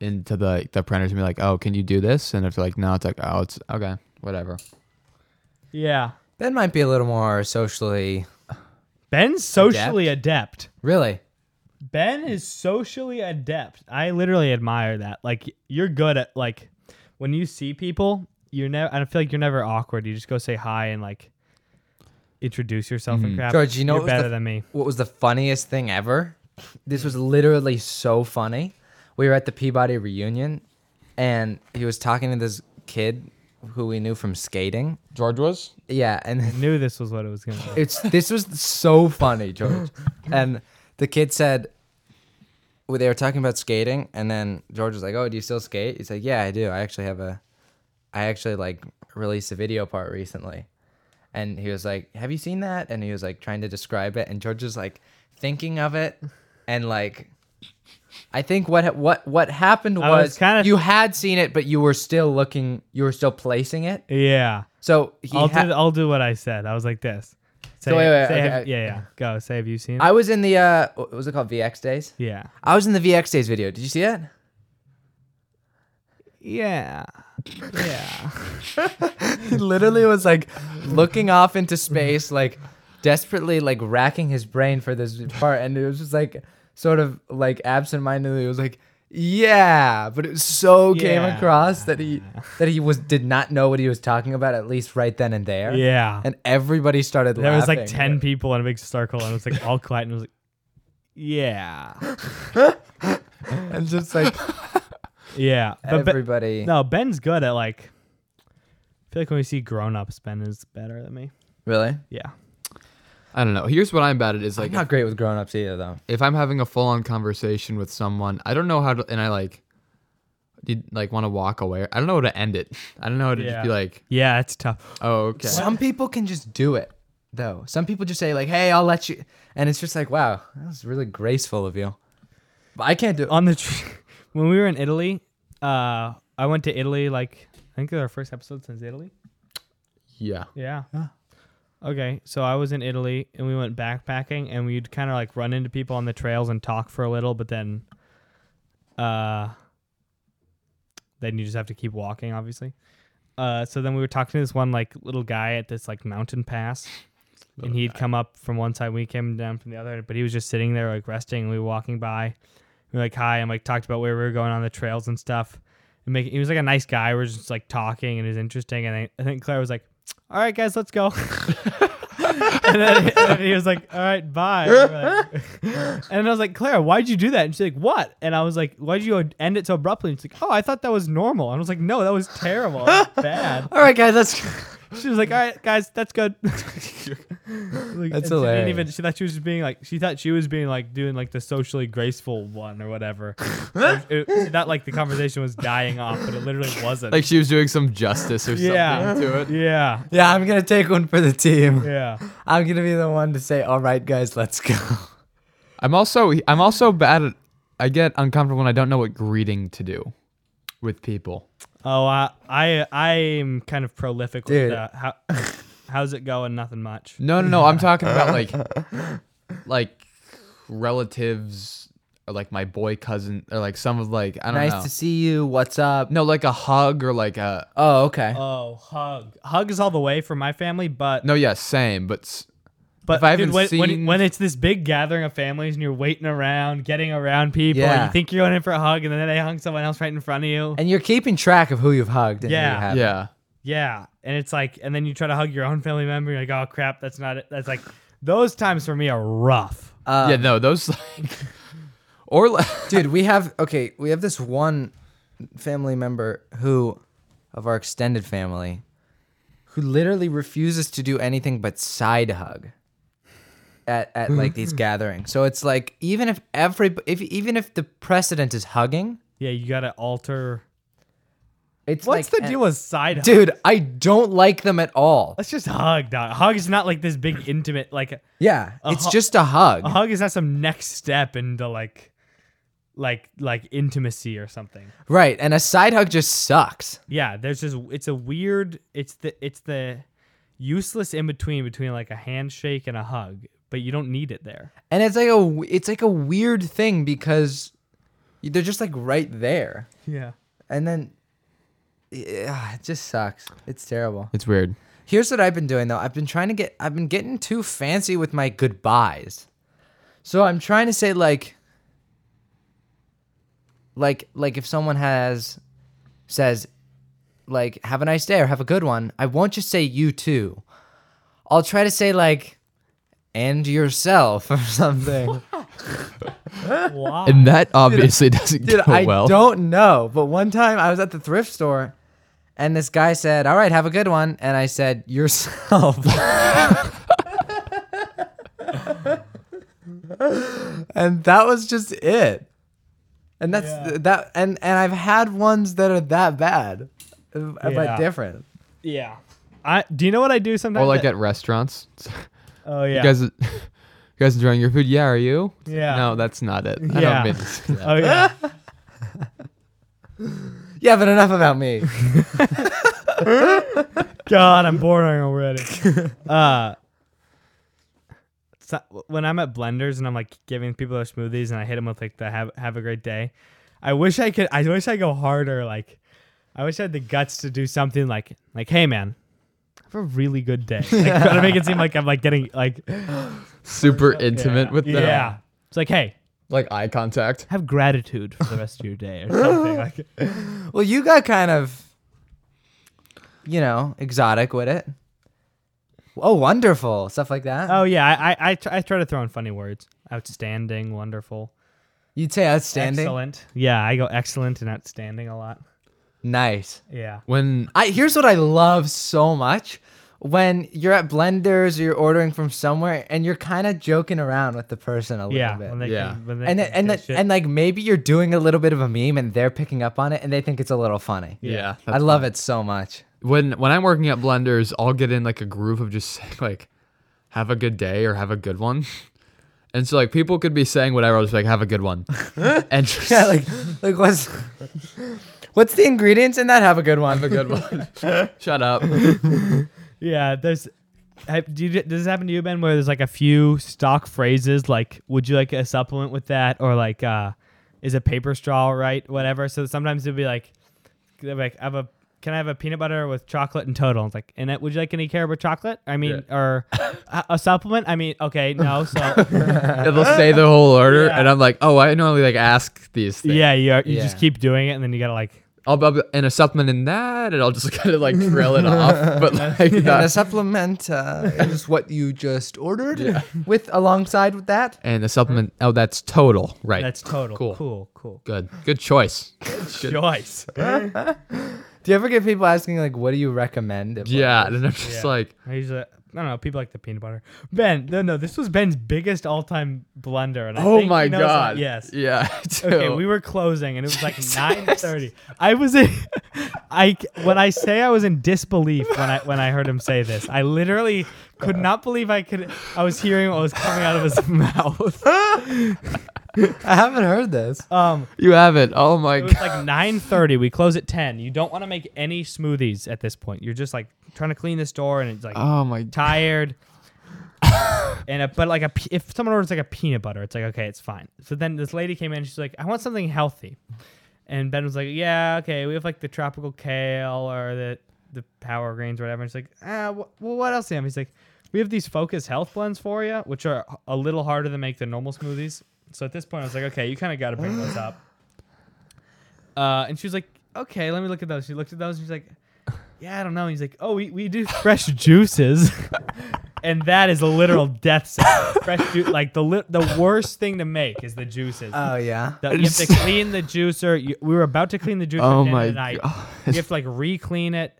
Speaker 1: into the the printers and be like oh can you do this and if they're like no it's like oh it's okay whatever
Speaker 3: Yeah.
Speaker 2: Ben might be a little more socially.
Speaker 3: Ben's socially adept.
Speaker 2: Really?
Speaker 3: Ben is socially adept. I literally admire that. Like you're good at like when you see people, you're never. I feel like you're never awkward. You just go say hi and like introduce yourself and crap.
Speaker 2: George, you know
Speaker 3: you're
Speaker 2: what was
Speaker 3: better
Speaker 2: the-
Speaker 3: than me.
Speaker 2: What was the funniest thing ever? This was literally so funny. We were at the Peabody reunion, and he was talking to this kid who we knew from skating.
Speaker 1: george was
Speaker 2: Yeah, and then
Speaker 3: Knew this was what it was gonna be.
Speaker 2: it's this was so funny, George. And the kid said, well, they were talking about skating, and then George was like, "Oh, do you still skate?" He's like, "Yeah, I do. I actually have a, I actually like released a video part recently." And he was like, "Have you seen that?" And he was like trying to describe it, and George was like thinking of it, and like. I think what what what happened
Speaker 3: I was
Speaker 2: was,
Speaker 3: kinda-
Speaker 2: you had seen it, but you were still looking, you were still placing it.
Speaker 3: Yeah.
Speaker 2: So he
Speaker 3: I'll
Speaker 2: ha-
Speaker 3: do I'll do what I said. I was like this. Say,
Speaker 2: wait, wait,
Speaker 3: say
Speaker 2: okay,
Speaker 3: have-
Speaker 2: I-
Speaker 3: yeah, yeah. Go. Say, have you seen? it?
Speaker 2: I was in the uh, what was it called? VX Days.
Speaker 3: yeah.
Speaker 2: I was in the VX Days video. Did you see it?
Speaker 3: Yeah. Yeah.
Speaker 2: He literally was like looking off into space, like desperately like racking his brain for this part, and it was just like sort of like absentmindedly. It was like, yeah, but it so came
Speaker 3: Yeah.
Speaker 2: across that he that he was did not know what he was talking about at least right then and there.
Speaker 3: Yeah.
Speaker 2: and everybody started.
Speaker 3: there was
Speaker 2: laughing.
Speaker 3: like 10 people in a big circle, and it was like all quiet, and it was like, yeah.
Speaker 2: and just like
Speaker 3: Yeah. But, Ben-
Speaker 2: everybody.
Speaker 3: no, Ben's good at like, I feel like when we see grown ups, Ben is better than me.
Speaker 2: Really,
Speaker 3: Yeah.
Speaker 1: I don't know. Here's what I'm bad at is like
Speaker 2: I'm not great with grown ups either, though.
Speaker 1: if I'm having a full on conversation with someone, I don't know how to, and I like, did like want to walk away. I don't know how to end it. I don't know how to
Speaker 3: Yeah.
Speaker 1: just be like,
Speaker 3: Yeah, it's tough.
Speaker 1: oh, okay.
Speaker 2: Some people can just do it, though. Some people just say like, "Hey, I'll let you," and it's just like, "Wow, that was really graceful of you." But I can't do it.
Speaker 3: On the tree, when we were in Italy, uh, I went to Italy like, I think it was our first episode since Italy.
Speaker 1: yeah.
Speaker 3: Yeah. Okay, so I was in Italy and we went backpacking and we'd kind of like run into people on the trails and talk for a little, but then, uh, then you just have to keep walking, obviously. Uh, so then we were talking to this one like little guy at this like mountain pass, and he'd come up from one side, we came down from the other, but he was just sitting there like resting, and we were walking by. We were like hi, and like talked about where we were going on the trails and stuff. And making, he was like a nice guy. We were just like talking, and it was interesting. And I, I think Claire was like, "All right, guys, let's go." and, then, and then he was like, "All right, bye." And we're like- and I was like, "Claire, why'd you do that?" And she's like, "What?" And I was like, "Why'd you end it so abruptly?" And she's like, "Oh, I thought that was normal." And I was like, "No, that was terrible. That was bad."
Speaker 2: All right, guys, let's.
Speaker 3: She was like, "All right, guys, that's good." like, and She didn't
Speaker 2: hilarious.
Speaker 3: even. She thought she was just being like. She thought she was being like doing like the socially graceful one or whatever. Like, it, she thought like the conversation was dying off, but it literally wasn't.
Speaker 1: Like she was doing some justice or
Speaker 3: yeah,
Speaker 1: something to it.
Speaker 3: yeah,
Speaker 2: yeah, I'm gonna take one for the team.
Speaker 3: yeah.
Speaker 2: I'm gonna be the one to say, "All right, guys, let's go."
Speaker 1: I'm also, I'm also bad at, I get uncomfortable when I don't know what greeting to do with people.
Speaker 3: Oh, I, I, I'm kind of prolific
Speaker 2: Dude.
Speaker 3: with uh, how. How's it going? Nothing much.
Speaker 1: No, no, no. I'm talking about like, like relatives or like my boy cousin or like some of like, I don't
Speaker 2: nice
Speaker 1: know.
Speaker 2: to see you. What's up?
Speaker 1: no, like a hug or like a,
Speaker 2: Oh, okay.
Speaker 3: Oh, hug. Hug is all the way for my family, but
Speaker 1: no, yeah, same, but s-
Speaker 3: But
Speaker 1: If I
Speaker 3: dude,
Speaker 1: haven't
Speaker 3: when, when,
Speaker 1: seen-
Speaker 3: when it's this big gathering of families and you're waiting around, getting around people,
Speaker 2: Yeah.
Speaker 3: you think you're going in for a hug, and then they hung someone else right in front of you.
Speaker 2: and you're keeping track of who you've hugged. And who you
Speaker 3: Yeah.
Speaker 2: haven't.
Speaker 1: yeah.
Speaker 3: yeah, and it's like, and then you try to hug your own family member. You're like, oh crap, that's not it. That's like, those times for me are rough.
Speaker 2: Uh,
Speaker 1: yeah, no, those like or li-
Speaker 2: dude we have okay we have this one family member who of our extended family who literally refuses to do anything but side hug at, at like these gatherings so it's like even if every if even if the precedent is hugging
Speaker 3: Yeah, you got to alter.
Speaker 2: it's
Speaker 3: What's
Speaker 2: like-
Speaker 3: the deal with side hug?
Speaker 2: dude i don't like them at all
Speaker 3: Let's just hug, dog. Hug is not like this big intimate. Like
Speaker 2: yeah it's
Speaker 3: hu-
Speaker 2: just a hug
Speaker 3: a hug is not some next step into like, like like intimacy or something.
Speaker 2: right and a side hug just sucks
Speaker 3: yeah there's just it's a weird it's the it's the useless in between between like a handshake and a hug but you don't need it there
Speaker 2: and it's like a w- it's like a weird thing because they're just like right there
Speaker 3: yeah
Speaker 2: and then yeah, it just sucks. It's terrible.
Speaker 1: it's weird.
Speaker 2: Here's what I've been doing though. I've been trying to get I've been getting too fancy with my goodbyes. So I'm trying to say like like like if someone has says like have a nice day or have a good one, I won't just say you too. I'll try to say like and yourself or something.
Speaker 3: wow
Speaker 1: And that obviously doesn't
Speaker 2: Dude,
Speaker 1: go
Speaker 2: I
Speaker 1: Oh, well.
Speaker 2: don't know. But one time I was at the thrift store and this guy said, All right, have a good one. And I said, Yourself. and that was just it. And that's that and and I've had ones that are that bad. uh,
Speaker 3: Yeah.
Speaker 2: But different.
Speaker 3: yeah i do you know what i do sometimes
Speaker 1: or like
Speaker 3: that-
Speaker 1: at restaurants.
Speaker 3: oh yeah
Speaker 1: You guys you guys enjoying your food? Yeah, are you?
Speaker 3: Yeah.
Speaker 1: No, that's not it. I
Speaker 3: Yeah.
Speaker 1: don't mean to say that.
Speaker 3: oh yeah
Speaker 2: Yeah, but enough about me.
Speaker 3: god i'm bordering already uh so, when I'm at blenders and I'm like giving people their smoothies and I hit them with like the have have a great day. I wish I could. I wish I go harder. Like, I wish I had the guts to do something like like Hey man, have a really good day. Like, try to make it seem like I'm like getting like
Speaker 1: Super intimate with them.
Speaker 3: yeah. It's like hey,
Speaker 1: Like eye contact.
Speaker 3: have gratitude for the rest of your day or something. Like,
Speaker 2: Well, you got kind of, you know, exotic with it. Oh, wonderful stuff like that.
Speaker 3: oh yeah, I I I, tr- I try to throw in funny words. Outstanding, wonderful,
Speaker 2: You'd say outstanding.
Speaker 3: excellent. Yeah, I go excellent and outstanding a lot.
Speaker 2: Nice.
Speaker 3: Yeah.
Speaker 1: When
Speaker 2: I here's what I love so much when you're at Blenders or you're ordering from somewhere and you're kind of joking around with the person a little
Speaker 3: Yeah.
Speaker 2: bit.
Speaker 3: When they
Speaker 1: Yeah.
Speaker 3: Can, when they
Speaker 2: and
Speaker 3: can
Speaker 2: th- and
Speaker 3: say
Speaker 2: th-
Speaker 3: shit.
Speaker 2: and like maybe you're doing a little bit of a meme and they're picking up on it and they think it's a little funny.
Speaker 1: yeah,
Speaker 2: I love it so much.
Speaker 1: when when I'm working at blenders, I'll get in like a groove of just saying like have a good day or have a good one. And so like people could be saying whatever, I was like, have a good one. and just
Speaker 2: Yeah, like like what's what's the ingredients in that? Have a good one.
Speaker 1: have a good one. Shut up.
Speaker 3: Yeah, there's. Have, do you, does this happen to you, Ben? Where there's like a few stock phrases, like "Would you like a supplement with that?" or like uh, "Is a paper straw all right?" Whatever. So sometimes it'll be like, they'll be like, "I have a can I have a peanut butter with chocolate and total?" It's like, and it, would you like any carob with chocolate? I mean, or a, a supplement? I mean, okay, no. So
Speaker 1: It'll say the whole order
Speaker 3: Yeah.
Speaker 1: and I'm like, oh, I normally like ask these things.
Speaker 3: yeah, you are, you just
Speaker 2: Yeah.
Speaker 3: keep doing it, and then you gotta like,
Speaker 1: I'll be and a supplement in that and I'll just kind of like drill it off. But like
Speaker 2: And a
Speaker 1: not,
Speaker 2: supplement uh, is what you just ordered with alongside with that.
Speaker 1: and the supplement oh that's total. Right.
Speaker 3: that's total.
Speaker 1: Cool.
Speaker 3: Cool, cool, cool.
Speaker 1: good. Good choice.
Speaker 3: Choice.
Speaker 2: Do you ever get people asking like, "What do you recommend?" at
Speaker 1: Yeah.
Speaker 2: Blenders?
Speaker 1: And I'm just
Speaker 3: Yeah.
Speaker 1: like
Speaker 3: I usually, I don't know. People like the peanut butter. Ben, no, no, this was Ben's biggest all-time blunder. And I
Speaker 1: Oh
Speaker 3: think he
Speaker 1: my
Speaker 3: knows it.
Speaker 1: god.
Speaker 3: Yes.
Speaker 1: Yeah.
Speaker 3: Okay,
Speaker 1: too.
Speaker 3: we were closing, and it was like nine thirty. I was in, I when I say I was in disbelief when I when I heard him say this. I literally could not believe I could. I was hearing what was coming out of his mouth.
Speaker 2: I haven't heard this.
Speaker 3: Um,
Speaker 1: You have it. Oh my
Speaker 3: it was
Speaker 1: god.
Speaker 3: like nine thirty. We close at ten. You don't want to make any smoothies at this point. You're just like trying to clean the store, and it's like
Speaker 1: Oh my god.
Speaker 3: tired. and a, but like a pe- if someone orders like a peanut butter, it's like okay, it's fine. So then this lady came in, she's like, I want something healthy, and Ben was like, Yeah, okay, we have like the tropical kale or the the power grains or whatever. And she's like, Ah, wh- well, what else do you have? He's like, We have these Focus Health blends for you, which are a little harder to make than normal smoothies. So at this point, I was like, Okay, you kind of got to bring those up. Uh, and she was like, Okay, let me look at those. She looked at those, and she's like. Yeah, I don't know. He's like, oh, we, we do fresh juices, and that is a literal death sentence. Fresh juice, like the li- the worst thing to make is the juices.
Speaker 1: Uh,
Speaker 2: Oh yeah.
Speaker 3: The- you have to clean the juicer. You, we were about to clean the juicer.
Speaker 1: Oh
Speaker 3: at the end of
Speaker 1: my
Speaker 3: the night.
Speaker 1: God.
Speaker 3: You have to like re-clean it,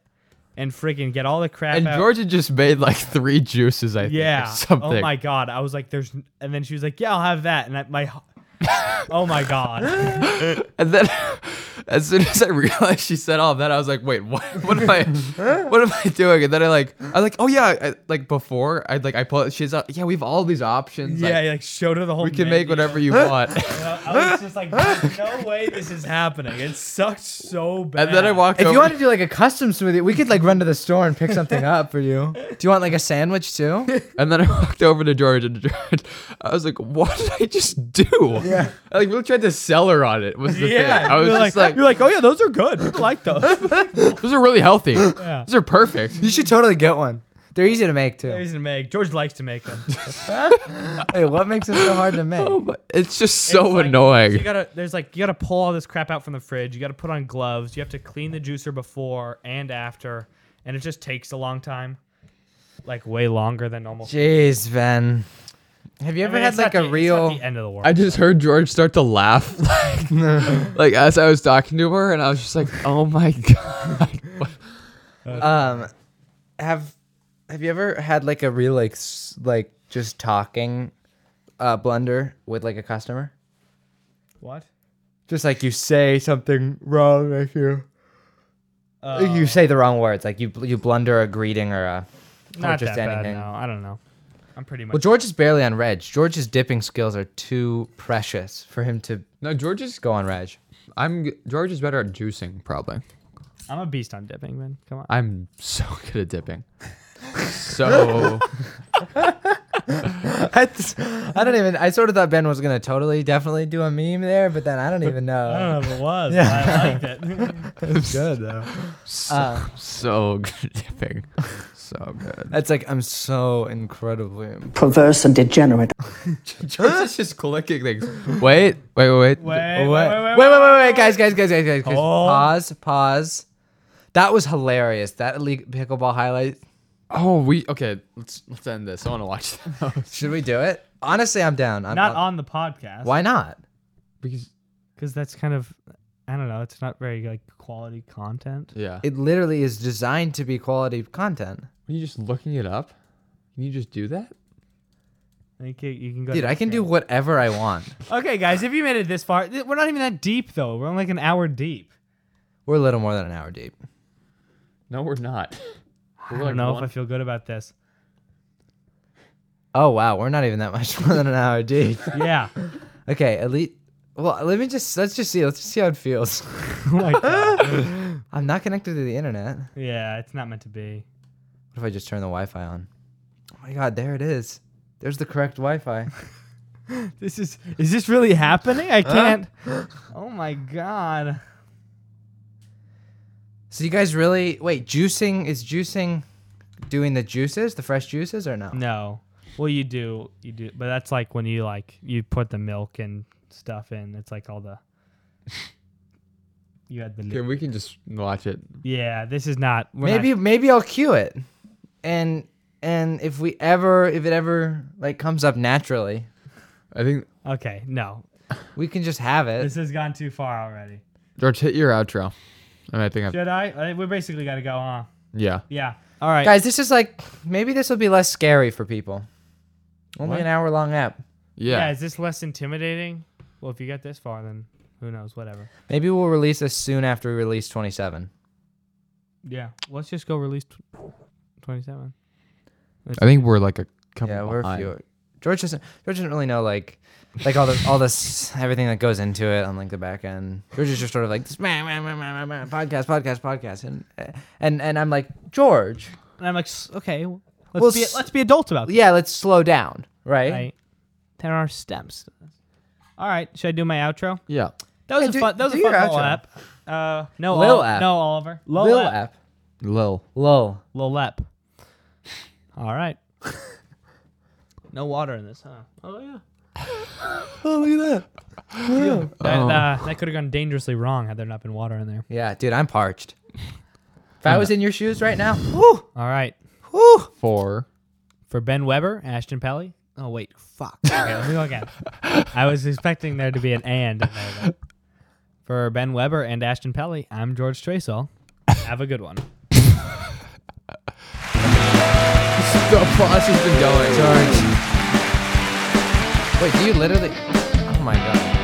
Speaker 3: and freaking get all the crap
Speaker 1: And
Speaker 3: out.
Speaker 1: Georgia just made like three juices, I think.
Speaker 3: yeah.
Speaker 1: Or something.
Speaker 3: Oh my god. I was like, there's, and then she was like, yeah, I'll have that, and I, my. Oh my god!
Speaker 1: And then as soon as I realized she said all that, I was like, wait, what what am I what am I doing? And then I like I like, oh yeah, I, like before I'd like I pull she's like, yeah, we have all these options.
Speaker 3: Yeah,
Speaker 1: like,
Speaker 3: like showed her the whole.
Speaker 1: we can
Speaker 3: menu.
Speaker 1: make whatever you want.
Speaker 3: I was just like, there's no way this is happening. It sucks so bad.
Speaker 1: and then I walked
Speaker 2: If
Speaker 1: over
Speaker 2: you want to do like a custom smoothie, we could like run to the store and pick something up for you. Do you want like a sandwich too?
Speaker 1: and then I walked over to Georgia and George, I was like, what did I just do? Yeah. I like really tried to sell her on it was the thing. I was
Speaker 3: you're
Speaker 1: just
Speaker 3: like,
Speaker 1: like,
Speaker 3: you're like, oh yeah, those are good. People like those.
Speaker 1: those are really healthy. These are perfect.
Speaker 2: You should totally get one. They're easy to make too.
Speaker 3: He's to make. George likes to make them.
Speaker 2: Hey, what makes it so hard to make?
Speaker 1: Oh, but it's just so
Speaker 3: It's like-
Speaker 1: annoying.
Speaker 3: You gotta, there's like, you gotta pull all this crap out from the fridge. You gotta put on gloves. You have to clean the juicer before and after, and it just takes a long time, like way longer than normal.
Speaker 2: Jeez, Ben. Have you
Speaker 3: I
Speaker 2: ever
Speaker 3: mean,
Speaker 2: had
Speaker 3: it's
Speaker 2: like
Speaker 3: not
Speaker 2: a
Speaker 3: the- it's not
Speaker 2: real?
Speaker 3: the end of the world.
Speaker 1: I just heard George start to laugh, like, like as I was talking to her, and I was just like, "Oh my god!"
Speaker 2: Um, have Have you ever had like a real like s- like just talking, uh, blunder with like a customer?
Speaker 3: what?
Speaker 2: Just like you say something wrong, if you
Speaker 3: Uh,
Speaker 2: you say the wrong words, like you you blunder a greeting or a
Speaker 3: Not
Speaker 2: Oh, just
Speaker 3: that
Speaker 2: anything.
Speaker 3: bad. No, I don't know. I'm pretty much.
Speaker 2: Well, George is barely on reg. George's dipping skills are too precious for him to
Speaker 1: No, George is.
Speaker 2: go on reg.
Speaker 1: I'm George is better at juicing, probably.
Speaker 3: I'm a beast on dipping, man. Come on.
Speaker 1: I'm so good at dipping. So
Speaker 2: I don't even. I sort of thought Ben was gonna totally, definitely do a meme there, but then I don't even
Speaker 3: I don't
Speaker 2: know.
Speaker 3: know if it was. But I liked it.
Speaker 2: Good though.
Speaker 1: So, so good. so good.
Speaker 2: That's like I'm so incredibly. im-
Speaker 6: Perverse and degenerate.
Speaker 1: George is just clicking things. Wait, wait, wait, wait.
Speaker 3: Wait, wait,
Speaker 2: What?
Speaker 3: wait, wait,
Speaker 2: wait, wait, wait, wait, guys, guys, guys, guys, guys, guys.
Speaker 3: Hold.
Speaker 2: Pause, pause. That was hilarious. That elite pickleball highlight.
Speaker 1: Oh, we okay. Let's let's end this. I want to watch that
Speaker 2: Should we do it? Honestly, I'm down. I'm,
Speaker 3: Not
Speaker 2: I'm-
Speaker 3: on the podcast.
Speaker 2: Why not?
Speaker 1: because
Speaker 3: Because that's kind of, I don't know. It's not very like quality content.
Speaker 1: yeah.
Speaker 2: It literally is designed to be quality content.
Speaker 1: Are you just looking it up? Can you just do that?
Speaker 3: I think you- you can go.
Speaker 2: Dude,
Speaker 3: to
Speaker 2: I can do
Speaker 3: Instagram.
Speaker 2: whatever I want.
Speaker 3: Okay, guys, if you made it this far, th- we're not even that deep though. We're only like an hour deep.
Speaker 2: We're a little more than an hour deep.
Speaker 1: No, we're not. We're
Speaker 3: I don't
Speaker 1: like
Speaker 3: know
Speaker 1: one-
Speaker 3: if I feel good about this.
Speaker 2: Oh wow, we're not even that much more than an hour deep.
Speaker 3: Yeah.
Speaker 2: Okay, elite. Well, let me just let's just see. Let's just see how it feels.
Speaker 3: Like that.
Speaker 2: I'm not connected to the internet. What
Speaker 3: yeah, it's not meant to be.
Speaker 2: if I just turn the Wi-Fi on? Oh my God, there it is. There's the correct Wi-Fi.
Speaker 3: This is is this really happening? I can't. oh my god.
Speaker 2: So you guys really wait? Juicing is juicing, doing the juices, the fresh juices, or no?
Speaker 3: No. Well, you do. You do. But that's like when you like you put the milk and stuff in. It's like all the You had the
Speaker 1: Okay,
Speaker 3: li-
Speaker 1: we can just watch it.
Speaker 3: Yeah, this is not we're not-
Speaker 2: Maybe maybe I'll cue it, and and if we ever if it ever like comes up naturally,
Speaker 1: I think
Speaker 3: Okay, no.
Speaker 2: we can just have it.
Speaker 3: This has gone too far already.
Speaker 1: George hit your outro. I mean, I think I
Speaker 3: Should I? I we basically got to go, huh?
Speaker 1: yeah.
Speaker 3: Yeah. All right.
Speaker 2: Guys, this is like maybe this will be less scary for people. Only an hour long app.
Speaker 3: yeah,
Speaker 1: Yeah.
Speaker 3: is this less intimidating? Well, if you get this far then who knows, whatever.
Speaker 2: Maybe we'll release this soon after we release 27.
Speaker 3: Yeah. Let's just go release tw 27.
Speaker 1: I think we're like a couple
Speaker 2: Yeah, we're a
Speaker 1: behind.
Speaker 2: few. George doesn't. George doesn't really know like, like all the all this everything that goes into it on like the back end. George is just sort of like this, meh, meh, meh, meh, meh, meh, podcast, podcast, podcast, and and and I'm like George,
Speaker 3: And I'm like, "S- okay, let's
Speaker 2: Well,
Speaker 3: be
Speaker 2: s-
Speaker 3: let's be adults about this.
Speaker 2: yeah, let's slow down, right?
Speaker 3: Right. There are steps. to this. All right, should I do my outro?
Speaker 1: Yeah.
Speaker 3: That was
Speaker 2: Yeah,
Speaker 3: a
Speaker 2: do-
Speaker 3: fun. That was
Speaker 2: do
Speaker 3: a fun
Speaker 2: your
Speaker 3: little
Speaker 2: outro.
Speaker 3: app. Uh, no,
Speaker 2: Lil
Speaker 3: Ol-
Speaker 2: app.
Speaker 3: no Oliver. Lil,
Speaker 2: Lil
Speaker 3: app.
Speaker 2: app,
Speaker 1: Lil.
Speaker 2: lil.
Speaker 3: Lil app. All right. no water in this, huh? Oh yeah.
Speaker 2: Oh look at that.
Speaker 3: That, uh, that could have gone dangerously wrong had there not been water in there.
Speaker 2: Yeah, dude, I'm parched. If I was in your shoes right now, whew,
Speaker 3: All right.
Speaker 2: whew.
Speaker 1: Four.
Speaker 3: For Ben Weber, Ashton Pelly. Oh wait, fuck. Okay, let me go again. I was expecting there to be an and in there. Though. For Ben Weber and Ashton Pelly, I'm George Tresol. Have a good one.
Speaker 1: The boss has been going.
Speaker 2: George. Wait, do you literally? Oh my god.